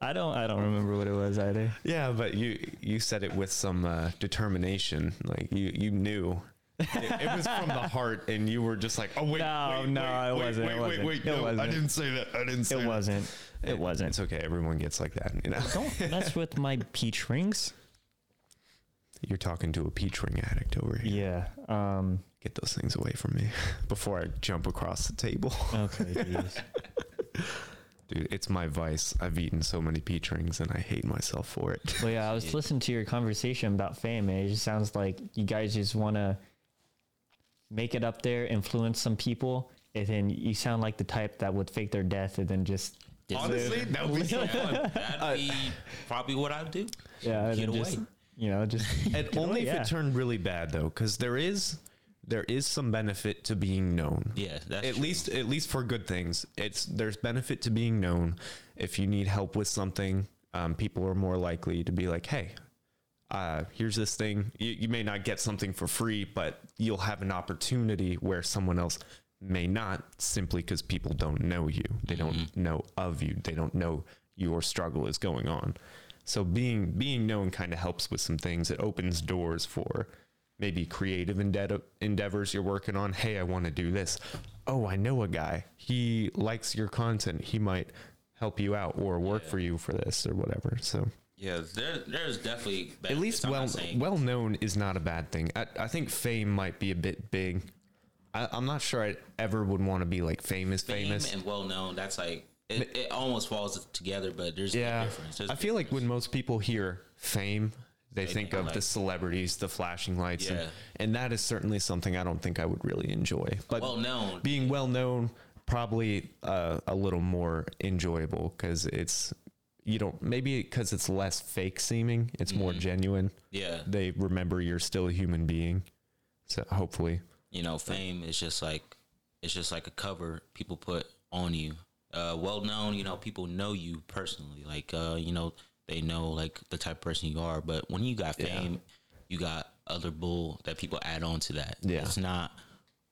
Speaker 1: I don't. I don't remember what it was either.
Speaker 2: yeah but you you said it with some uh, determination like you you knew it, it was from the heart and you were just like oh wait
Speaker 1: No,
Speaker 2: wait,
Speaker 1: no,
Speaker 2: wait,
Speaker 1: it
Speaker 2: wait,
Speaker 1: wasn't,
Speaker 2: wait,
Speaker 1: it wasn't,
Speaker 2: wait, wait,
Speaker 1: it
Speaker 2: no, i
Speaker 1: wasn't.
Speaker 2: didn't say that i didn't say
Speaker 1: It
Speaker 2: that.
Speaker 1: wasn't. It
Speaker 2: It's
Speaker 1: wasn't.
Speaker 2: okay. Everyone gets like that. You know,
Speaker 1: Don't mess with my peach rings.
Speaker 2: you're talking to a peach ring addict over here.
Speaker 1: Yeah. Um.
Speaker 2: Get those things away from me before I jump across the table,
Speaker 1: Okay. Geez.
Speaker 2: dude. It's my vice. I've eaten so many peach rings, and I hate myself for it.
Speaker 1: Well, yeah, I was listening to your conversation about fame, and it just sounds like you guys just want to make it up there, influence some people, and then you sound like the type that would fake their death and then just
Speaker 2: Honestly, that would be so fun.
Speaker 3: that'd be probably what I'd do.
Speaker 1: yeah, and
Speaker 3: Get
Speaker 1: then just,
Speaker 3: away.
Speaker 1: you know, just
Speaker 2: And only if
Speaker 1: yeah.
Speaker 2: it turned really bad, though, because there is there is some benefit to being known.
Speaker 3: Yeah, that's
Speaker 2: at
Speaker 3: true.
Speaker 2: least at least for good things it's there's benefit to being known if you need help with something um, people are more likely to be like hey uh, here's this thing you, you may not get something for free but you'll have an opportunity where someone else may not simply because people don't know you they don't know of you they don't know your struggle is going on so being being known kind of helps with some things it opens doors for maybe creative ende- endeavors you're working on. Hey, I want to do this. Oh, I know a guy. He likes your content. He might help you out or work for you for this or whatever. So
Speaker 3: yeah, there, there's definitely
Speaker 2: at least well well known is not a bad thing. I, I think fame might be a bit big. I, I'm not sure I ever would want to be like famous,
Speaker 3: Fame
Speaker 2: famous.
Speaker 3: and well known. That's like it, it almost falls together, but there's
Speaker 2: yeah,
Speaker 3: a difference. There's
Speaker 2: I
Speaker 3: a
Speaker 2: feel like when most people hear fame, they think of
Speaker 3: like-
Speaker 2: the celebrities, the flashing lights,
Speaker 3: Yeah.
Speaker 2: and, and that is certainly something I don't think I would really enjoy. But
Speaker 3: well known.
Speaker 2: being well known probably uh, a little more enjoyable because it's you don't maybe because it's less fake seeming it's more
Speaker 3: Mm-hmm.
Speaker 2: genuine
Speaker 3: Yeah.
Speaker 2: they remember you're still a human being so hopefully
Speaker 3: you know, fame is just like it's just like a cover people put on you. Uh, well known, you know, people know you personally. Like, uh, you know, they know like the type of person you are. But when you got fame, you got other bull that people add on to that.
Speaker 2: Yeah.
Speaker 3: it's not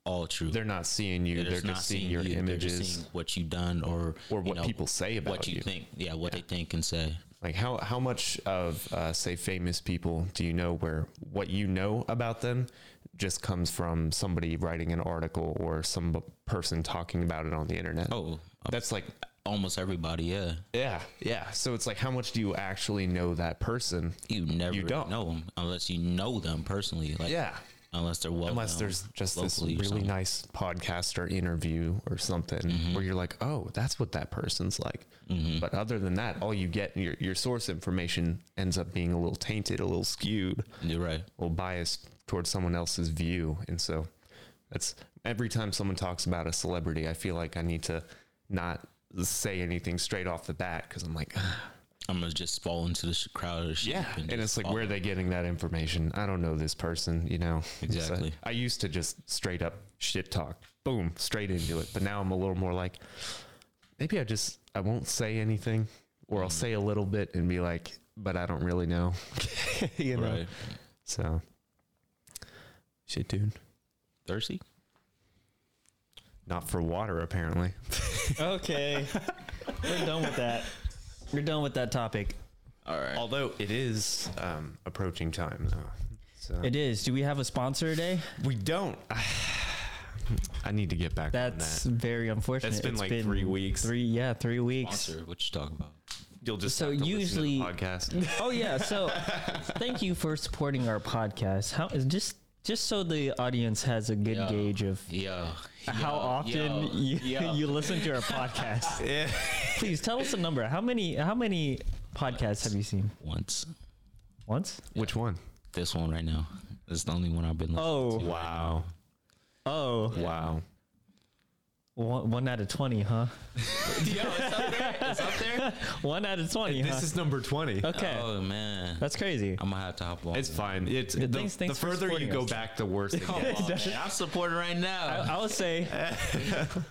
Speaker 3: all true.
Speaker 2: they're not seeing you they're,
Speaker 3: just
Speaker 2: just seeing, your
Speaker 3: you. They're just
Speaker 2: images
Speaker 3: seeing what you done or
Speaker 2: or
Speaker 3: you
Speaker 2: what
Speaker 3: know,
Speaker 2: people say about
Speaker 3: what you, think. Yeah, what they think and say.
Speaker 2: like how how much of uh, say famous people do you know where what you know about them just comes from somebody writing an article or some person talking about it on the internet
Speaker 3: Oh,
Speaker 2: that's like
Speaker 3: almost everybody. Yeah,
Speaker 2: Yeah, yeah. So it's like, how much do you actually know that person?
Speaker 3: you never
Speaker 2: don't.
Speaker 3: know them unless you know them personally. Like,
Speaker 2: Yeah,
Speaker 3: unless they're well.
Speaker 2: unless
Speaker 3: known
Speaker 2: there's just this
Speaker 3: locally or
Speaker 2: really
Speaker 3: something. Mm-hmm.
Speaker 2: nice podcast or interview or something where you're like, oh, that's what that person's like. But other than that, all you get your your source information ends up being a little tainted, a little skewed,
Speaker 3: You're right.
Speaker 2: a little biased towards someone else's view, and so that's every time someone talks about a celebrity, I feel like I need to not say anything straight off the bat because I'm like.
Speaker 3: I'm gonna just fall into this crowd of sheep.
Speaker 2: Yeah, and,
Speaker 3: just
Speaker 2: it's like
Speaker 3: fall.
Speaker 2: where are they getting that information? I don't know this person, you know. So
Speaker 3: Exactly.
Speaker 2: I used to just straight up shit talk, boom, straight into it. But now I'm a little more like, maybe I just I won't say anything, or I'll
Speaker 3: Mm.
Speaker 2: say a little bit and be like, but I don't really know, you know.
Speaker 3: right.
Speaker 2: So, shit, dude,
Speaker 3: thirsty.
Speaker 2: not for water apparently.
Speaker 1: Okay. We're done with that. We're done with that topic.
Speaker 3: All right.
Speaker 2: Although it is um, approaching time though, so
Speaker 1: It is. Do we have a sponsor today?
Speaker 2: we don't. I need to get back on that.
Speaker 1: That's very unfortunate.
Speaker 2: That's been like three weeks.
Speaker 1: Three, yeah, three weeks.
Speaker 3: Sponsor, what you talking about?
Speaker 2: You'll just
Speaker 1: So
Speaker 2: have to
Speaker 1: usually-
Speaker 2: listen to the podcast.
Speaker 1: Oh yeah. So, thank you for supporting our podcast. How is just just so the audience has a good
Speaker 3: Yeah.
Speaker 1: gauge of
Speaker 3: Yeah.
Speaker 1: how often you you listen to our podcast. Please tell us a number. How many how many podcasts have you seen?
Speaker 3: once.
Speaker 1: Once?
Speaker 2: Which one?
Speaker 3: This one right now. It's the only one I've been. Listening.
Speaker 1: Oh,
Speaker 2: Wow.
Speaker 1: oh,
Speaker 2: Wow.
Speaker 1: one, one out of twenty, huh?
Speaker 3: Yo, it's up there. It's up there.
Speaker 1: One out of twenty, huh?
Speaker 2: This is number 20.
Speaker 1: okay,
Speaker 3: Oh man,
Speaker 1: that's crazy.
Speaker 3: I'm gonna have to hop on.
Speaker 2: It's fine. It's the,
Speaker 1: thanks- thanks
Speaker 2: the
Speaker 1: for
Speaker 2: further you
Speaker 1: supporting
Speaker 2: go
Speaker 1: us.
Speaker 2: back, the worse it gets.
Speaker 3: Oh, man, I'm supporting right now.
Speaker 1: I, I would say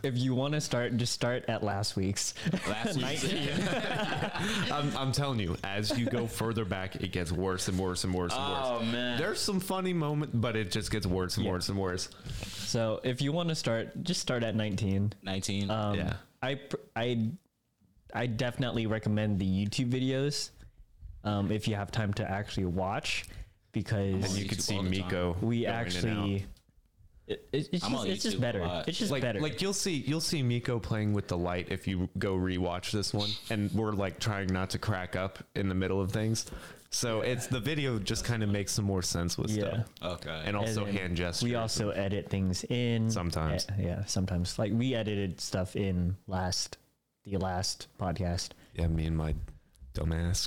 Speaker 1: if you want to start, just start at last week's.
Speaker 3: Last week.
Speaker 2: I'm, I'm telling you, as you go further back, it gets worse and worse and worse and
Speaker 3: Oh
Speaker 2: worse.
Speaker 3: man.
Speaker 2: There's some funny moment, but it just gets worse and
Speaker 1: Yeah.
Speaker 2: worse and worse.
Speaker 1: So if you want to start, just start at nineteen.
Speaker 3: 19.
Speaker 1: Um,
Speaker 2: Yeah.
Speaker 1: I pr- I I definitely recommend the YouTube videos um, if you have time to actually watch
Speaker 2: And
Speaker 1: because
Speaker 2: you
Speaker 3: YouTube
Speaker 2: could
Speaker 3: all
Speaker 2: see
Speaker 3: the time.
Speaker 2: Miko.
Speaker 1: we
Speaker 2: go in and out.
Speaker 1: actually it, it- it's
Speaker 3: I'm
Speaker 1: just,
Speaker 3: on
Speaker 1: it's just
Speaker 3: YouTube a
Speaker 1: better.
Speaker 3: lot.
Speaker 1: It's just
Speaker 2: like
Speaker 1: better.
Speaker 2: like you'll see you'll see Miko playing with the light if you go rewatch this one, and we're like trying not to crack up in the middle of things. So it's the video just kind of makes some more sense with
Speaker 1: yeah.
Speaker 2: stuff,
Speaker 3: okay.
Speaker 2: and also
Speaker 1: then
Speaker 2: hand gestures.
Speaker 1: We also edit things in
Speaker 2: Sometimes.
Speaker 1: Eh, yeah, sometimes. Like we edited stuff in last the last podcast.
Speaker 2: yeah, me and my dumbass.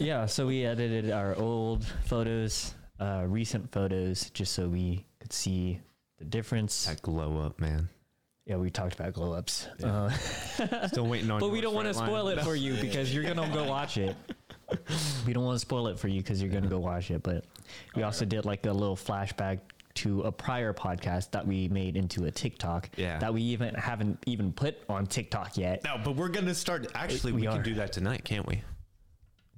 Speaker 1: Yeah, so we edited our old photos, uh, recent photos, just so we could see the difference.
Speaker 2: that glow up, man.
Speaker 1: Yeah, we talked about glow ups. Uh,
Speaker 2: Still waiting on.
Speaker 1: but we
Speaker 2: yours,
Speaker 1: don't want to
Speaker 2: right, Lion?
Speaker 1: spoil it for you because you're gonna go watch it. We don't want to spoil it for you because you're gonna go watch it. But we also did like a little flashback to a prior podcast that we made into a TikTok.
Speaker 2: Yeah.
Speaker 1: That we even haven't even put on TikTok yet.
Speaker 2: No, but we're gonna start. Actually,
Speaker 1: We
Speaker 2: we, can
Speaker 1: are.
Speaker 2: do that tonight, can't we?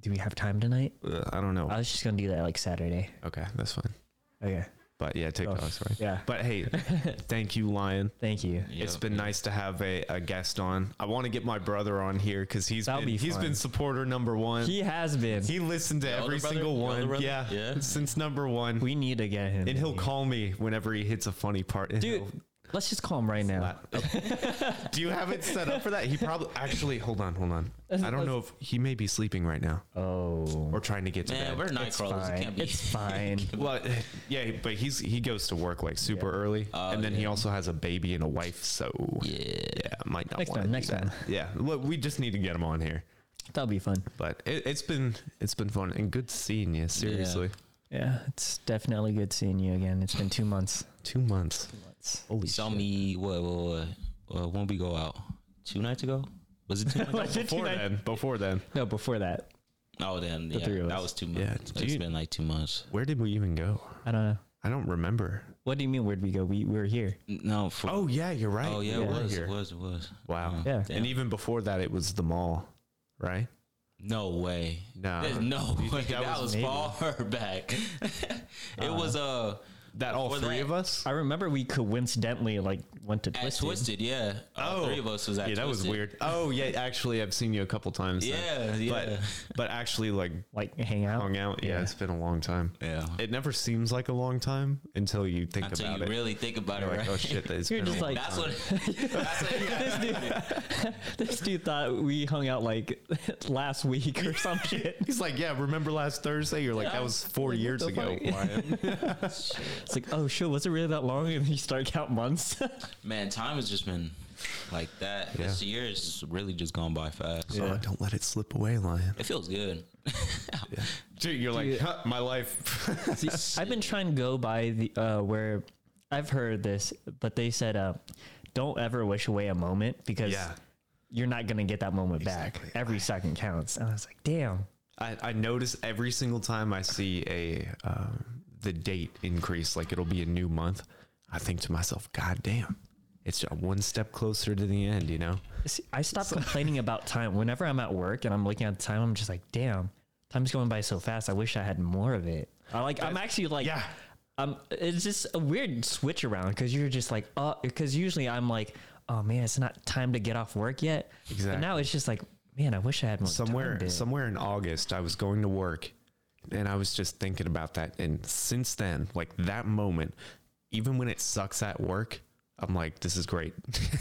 Speaker 1: Do we have time tonight?
Speaker 2: Uh, I don't know.
Speaker 1: I was just gonna do that like Saturday.
Speaker 2: okay, that's fine.
Speaker 1: Okay.
Speaker 2: But yeah, TikTok,
Speaker 1: Oh,
Speaker 2: sorry.
Speaker 1: yeah.
Speaker 2: But hey, thank you, Lion.
Speaker 1: Thank you.
Speaker 2: It's been nice to have a, a guest on. I want to get my brother on here because he's
Speaker 1: That'll
Speaker 2: been,
Speaker 1: be
Speaker 2: he's
Speaker 1: fun.
Speaker 2: been supporter number one. He,
Speaker 1: He has been.
Speaker 2: listened to
Speaker 3: elder
Speaker 2: every
Speaker 3: brother?
Speaker 2: single
Speaker 3: The elder
Speaker 2: one.
Speaker 3: brother?
Speaker 2: Yeah,
Speaker 3: Yeah.
Speaker 2: since number one.
Speaker 1: we need to get him.
Speaker 2: and he'll
Speaker 1: in here.
Speaker 2: call me whenever he hits a funny part. and
Speaker 1: Dude,
Speaker 2: he'll-
Speaker 1: Let's just call him right now.
Speaker 2: Do you have it set up for that? He probably actually hold on, hold on. I don't know if he may be sleeping right now
Speaker 1: Oh,
Speaker 2: or trying to get to
Speaker 3: Man, we're
Speaker 2: bed.
Speaker 3: night
Speaker 1: it's
Speaker 3: crawlers. It
Speaker 1: fine.
Speaker 3: can't be.
Speaker 1: It's fine.
Speaker 2: Well, uh, yeah, but he's he goes to work like super early,
Speaker 3: Oh,
Speaker 2: and then he also has a baby and a wife, so yeah, might not
Speaker 1: Next
Speaker 2: want
Speaker 1: time,
Speaker 2: to
Speaker 1: next
Speaker 2: do that.
Speaker 1: time.
Speaker 2: Yeah, look, we just need to get him on here.
Speaker 1: That'll be fun.
Speaker 2: But it, it's been it's been fun and good seeing you. Seriously,
Speaker 1: Yeah, it's definitely good seeing you again. It's been two months.
Speaker 2: two months.
Speaker 1: Months.
Speaker 2: Holy
Speaker 3: You saw
Speaker 2: shit.
Speaker 3: me what, what, what uh, when we go out two nights ago. Was it two nights? ago?
Speaker 2: Before then, before then,
Speaker 1: No, before that,
Speaker 3: Oh, then
Speaker 1: The
Speaker 3: yeah,
Speaker 1: three of
Speaker 3: that
Speaker 1: us.
Speaker 3: was two
Speaker 2: Yeah,
Speaker 3: months.
Speaker 2: do
Speaker 3: it's
Speaker 2: you-
Speaker 3: been like two months.
Speaker 2: where did we even go?
Speaker 1: I don't know.
Speaker 2: I don't remember.
Speaker 1: What do you mean? Where'd we go? We, we were here.
Speaker 3: No, for,
Speaker 2: Oh yeah, you're right.
Speaker 3: oh yeah,
Speaker 2: We
Speaker 3: it
Speaker 2: were
Speaker 3: was,
Speaker 2: here.
Speaker 3: it was, it was. Oh,
Speaker 2: Wow.
Speaker 1: Yeah.
Speaker 2: And even before that, it was the mall, right?
Speaker 3: No way.
Speaker 2: No.
Speaker 3: There's no way.
Speaker 2: that
Speaker 3: That,
Speaker 2: was
Speaker 3: was,
Speaker 1: maybe?
Speaker 3: far back. it was
Speaker 1: Uh-huh.
Speaker 3: uh
Speaker 2: That all
Speaker 3: Before
Speaker 2: three
Speaker 3: that-
Speaker 2: of us?
Speaker 1: I remember we coincidentally like went to
Speaker 3: at
Speaker 1: Twisted.
Speaker 3: Twisted, yeah. All three of us was at
Speaker 2: Oh. yeah, that was
Speaker 3: Twisted.
Speaker 2: weird. Oh yeah, actually, I've seen you a couple times. then.
Speaker 3: Yeah, yeah.
Speaker 2: But but actually, like
Speaker 1: Like hang out.
Speaker 2: hung out. Yeah,
Speaker 1: Yeah.
Speaker 2: it's been a long time.
Speaker 3: Yeah.
Speaker 2: It never seems like a long time until you think
Speaker 3: Until
Speaker 2: about
Speaker 3: you
Speaker 2: it.
Speaker 3: really think about
Speaker 2: You're
Speaker 3: it,
Speaker 2: like,
Speaker 3: right?
Speaker 2: oh shit, that's
Speaker 1: You're
Speaker 2: been a
Speaker 1: just
Speaker 2: long
Speaker 1: like-
Speaker 3: That's what. That's what
Speaker 1: This dude thought we hung out like last week or some shit.
Speaker 2: He's like, yeah, remember last Thursday? You're like, that was four years
Speaker 1: the
Speaker 2: ago.
Speaker 1: fuck?
Speaker 2: Wyatt."
Speaker 1: It's like, oh shit, was it really that long? And you start count months.
Speaker 3: man, time has just been like that.
Speaker 2: Yeah.
Speaker 3: This year has really just gone by fast.
Speaker 2: Oh, don't let it slip away, Lion.
Speaker 3: It feels good.
Speaker 2: Dude, you're like, huh, my life.
Speaker 1: See, I've been trying to go by the uh, where I've heard this, but they said, uh, "Don't ever wish away a moment because
Speaker 2: yeah.
Speaker 1: you're not gonna get that moment
Speaker 2: Exactly.
Speaker 1: back. Every second counts." And I was like, "Damn,
Speaker 2: I, I notice every single time I see a um, the date increase, like it'll be a new month. I think to myself, God damn, it's just one step closer to the end. You know,
Speaker 1: See, I stop complaining about time. Whenever I'm at work and I'm looking at the time, I'm just like, damn, time's going by so fast. I wish I had more of it. I like, I'm actually like,
Speaker 2: yeah.
Speaker 1: Um, it's just a weird switch around because you're just like, oh, because usually I'm like, oh man, it's not time to get off work yet. But now
Speaker 2: Exactly.
Speaker 1: it's just like, man, I wish I had more
Speaker 2: somewhere
Speaker 1: Time to-
Speaker 2: somewhere in August, I was going to work, and I was just thinking about that. And since then, like that moment, even when it sucks at work. I'm like, this is great.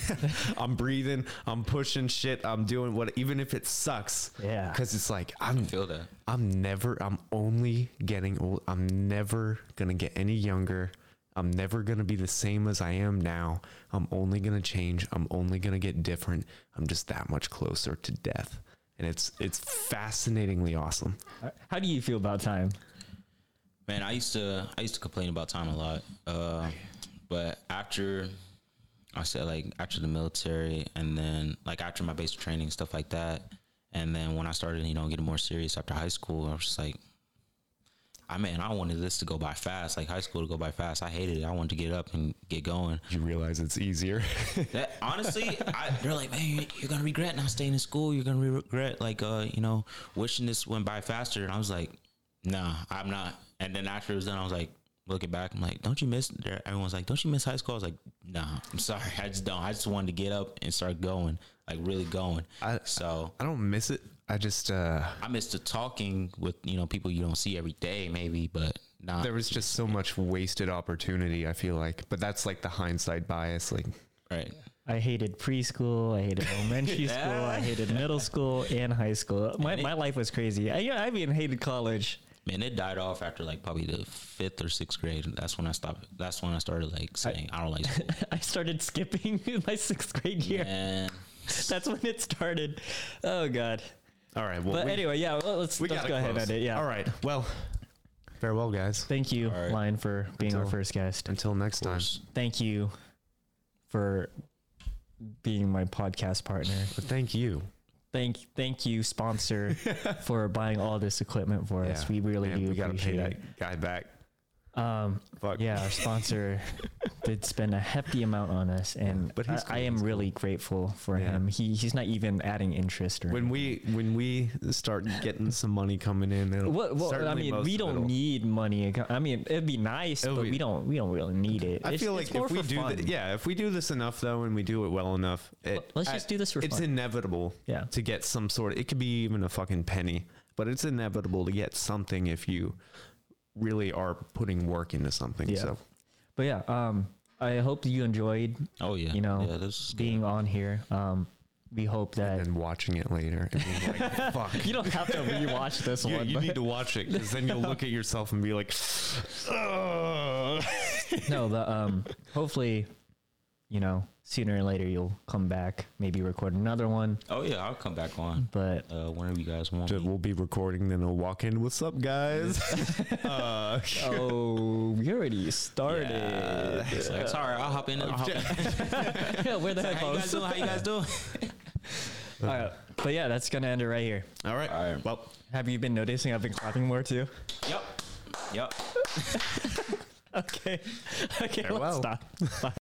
Speaker 2: I'm breathing. I'm pushing shit. I'm doing what, even if it sucks.
Speaker 1: Yeah.
Speaker 2: Cause it's like, I'm,
Speaker 3: Feel that.
Speaker 2: I'm never, I'm only getting old. I'm never going to get any younger. I'm never going to be the same as I am now. I'm only going to change. I'm only going to get different. I'm just that much closer to death. And it's, it's fascinatingly awesome.
Speaker 1: How do you feel about time?
Speaker 3: Man, I used to I used to complain about time a lot, uh, but after I said like after the military, and then like after my basic training stuff like that, and then when I started you know getting more serious after high school, I was just like, I mean, I wanted this to go by fast, like high school to go by fast. I hated it. I wanted to get up and get going.
Speaker 2: You realize it's easier.
Speaker 3: That, honestly, I, they're like, man, you're gonna regret not staying in school. You're gonna re- regret like, uh, you know, wishing this went by faster. And I was like, nah, I'm not. And then after it was done, I was like, looking back, I'm like, don't you miss? there- Everyone's like, don't you miss high school? I was like, nah, I'm sorry, I just don't. I just wanted to get up and start going, like really going.
Speaker 2: I-
Speaker 3: so
Speaker 2: I don't miss it. I just, uh,
Speaker 3: I missed the talking with you know people you don't see every day, maybe, but not.
Speaker 2: there was just so much wasted opportunity, I feel like. But that's like the hindsight bias. Like,
Speaker 3: right.
Speaker 1: I hated preschool. I hated elementary school. I hated middle school and high school. My, my life was crazy. I, yeah, I even hated college.
Speaker 3: Man, it died off after like probably the fifth or sixth grade. That's when I stopped. That's when I started like saying I, don't like school.
Speaker 1: I started skipping my sixth grade year.
Speaker 3: Man,
Speaker 1: That's when it started. Oh god.
Speaker 2: all right. Well,
Speaker 1: But
Speaker 2: we-
Speaker 1: anyway, yeah, well, let's,
Speaker 2: we
Speaker 1: let's
Speaker 2: gotta
Speaker 1: go ahead
Speaker 2: close.
Speaker 1: and end it. Yeah.
Speaker 2: All right. Well, farewell, guys.
Speaker 1: Thank you,
Speaker 3: All right.
Speaker 1: Lion, for being our
Speaker 2: Until-
Speaker 1: first guest.
Speaker 2: Until next time.
Speaker 1: Thank you for being my podcast partner.
Speaker 2: But thank you.
Speaker 1: Thank thank you, sponsor, for buying all this equipment for us. We really
Speaker 2: Man,
Speaker 1: do
Speaker 2: We gotta pay
Speaker 1: appreciate
Speaker 2: that
Speaker 1: it.
Speaker 2: guy back.
Speaker 1: Um,
Speaker 2: Fuck.
Speaker 1: yeah, our sponsor did spend a hefty amount on us, and
Speaker 2: but he's
Speaker 1: I, I
Speaker 2: cool,
Speaker 1: am
Speaker 2: he's
Speaker 1: really grateful for
Speaker 2: Yeah.
Speaker 1: him. He he's not even adding interest or
Speaker 2: When we when we start getting some money coming in, it'll
Speaker 1: Well, well I
Speaker 2: certainly
Speaker 1: mean,
Speaker 2: most
Speaker 1: we
Speaker 2: of
Speaker 1: don't
Speaker 2: it'll-
Speaker 1: need money. I mean, it'd be nice,
Speaker 2: It'll
Speaker 1: but
Speaker 2: be-
Speaker 1: we don't. We don't really need it.
Speaker 2: I
Speaker 1: It's-
Speaker 2: feel
Speaker 1: it's
Speaker 2: like
Speaker 1: more
Speaker 2: if we
Speaker 1: for
Speaker 2: do,
Speaker 1: fun.
Speaker 2: th- yeah, if we do this enough though, and we do it well enough, it,
Speaker 1: Let's
Speaker 2: I-
Speaker 1: just do this for
Speaker 2: It's
Speaker 1: fun.
Speaker 2: inevitable,
Speaker 1: Yeah.
Speaker 2: to get some sort. It could be even a fucking penny, but it's inevitable to get something if you really are putting work into something.
Speaker 1: Yeah.
Speaker 2: So
Speaker 1: But yeah, um, I hope that you enjoyed
Speaker 3: Oh yeah,
Speaker 1: You know,
Speaker 3: yeah, this is good.
Speaker 1: being on here. Um, we hope that
Speaker 2: and watching it later and being like, fuck.
Speaker 1: you don't have to rewatch this
Speaker 2: Yeah,
Speaker 1: one.
Speaker 2: you
Speaker 1: but-
Speaker 2: need to watch it because then you'll look at yourself and be like, "Ugh."
Speaker 1: no, the um hopefully, you know, sooner or later you'll come back, maybe record another one.
Speaker 3: Oh yeah, I'll come back on.
Speaker 1: But
Speaker 3: Uh, whenever you guys want.
Speaker 2: So
Speaker 3: me.
Speaker 2: we'll be recording, then we'll walk in. What's up, guys? uh,
Speaker 1: oh, we already started.
Speaker 3: Yeah. It's like, sorry, I'll hop in. I'll hop in.
Speaker 1: Yeah, where the heck
Speaker 3: How you guys
Speaker 1: was? All
Speaker 3: doing? How you guys doing?
Speaker 1: right, but yeah, that's gonna end it right here.
Speaker 2: all right.
Speaker 3: All right.
Speaker 2: Well,
Speaker 1: Have you been noticing I've been clapping more too?
Speaker 3: yep. Yep.
Speaker 1: Okay, okay,
Speaker 2: Farewell.
Speaker 1: let's stop. Bye.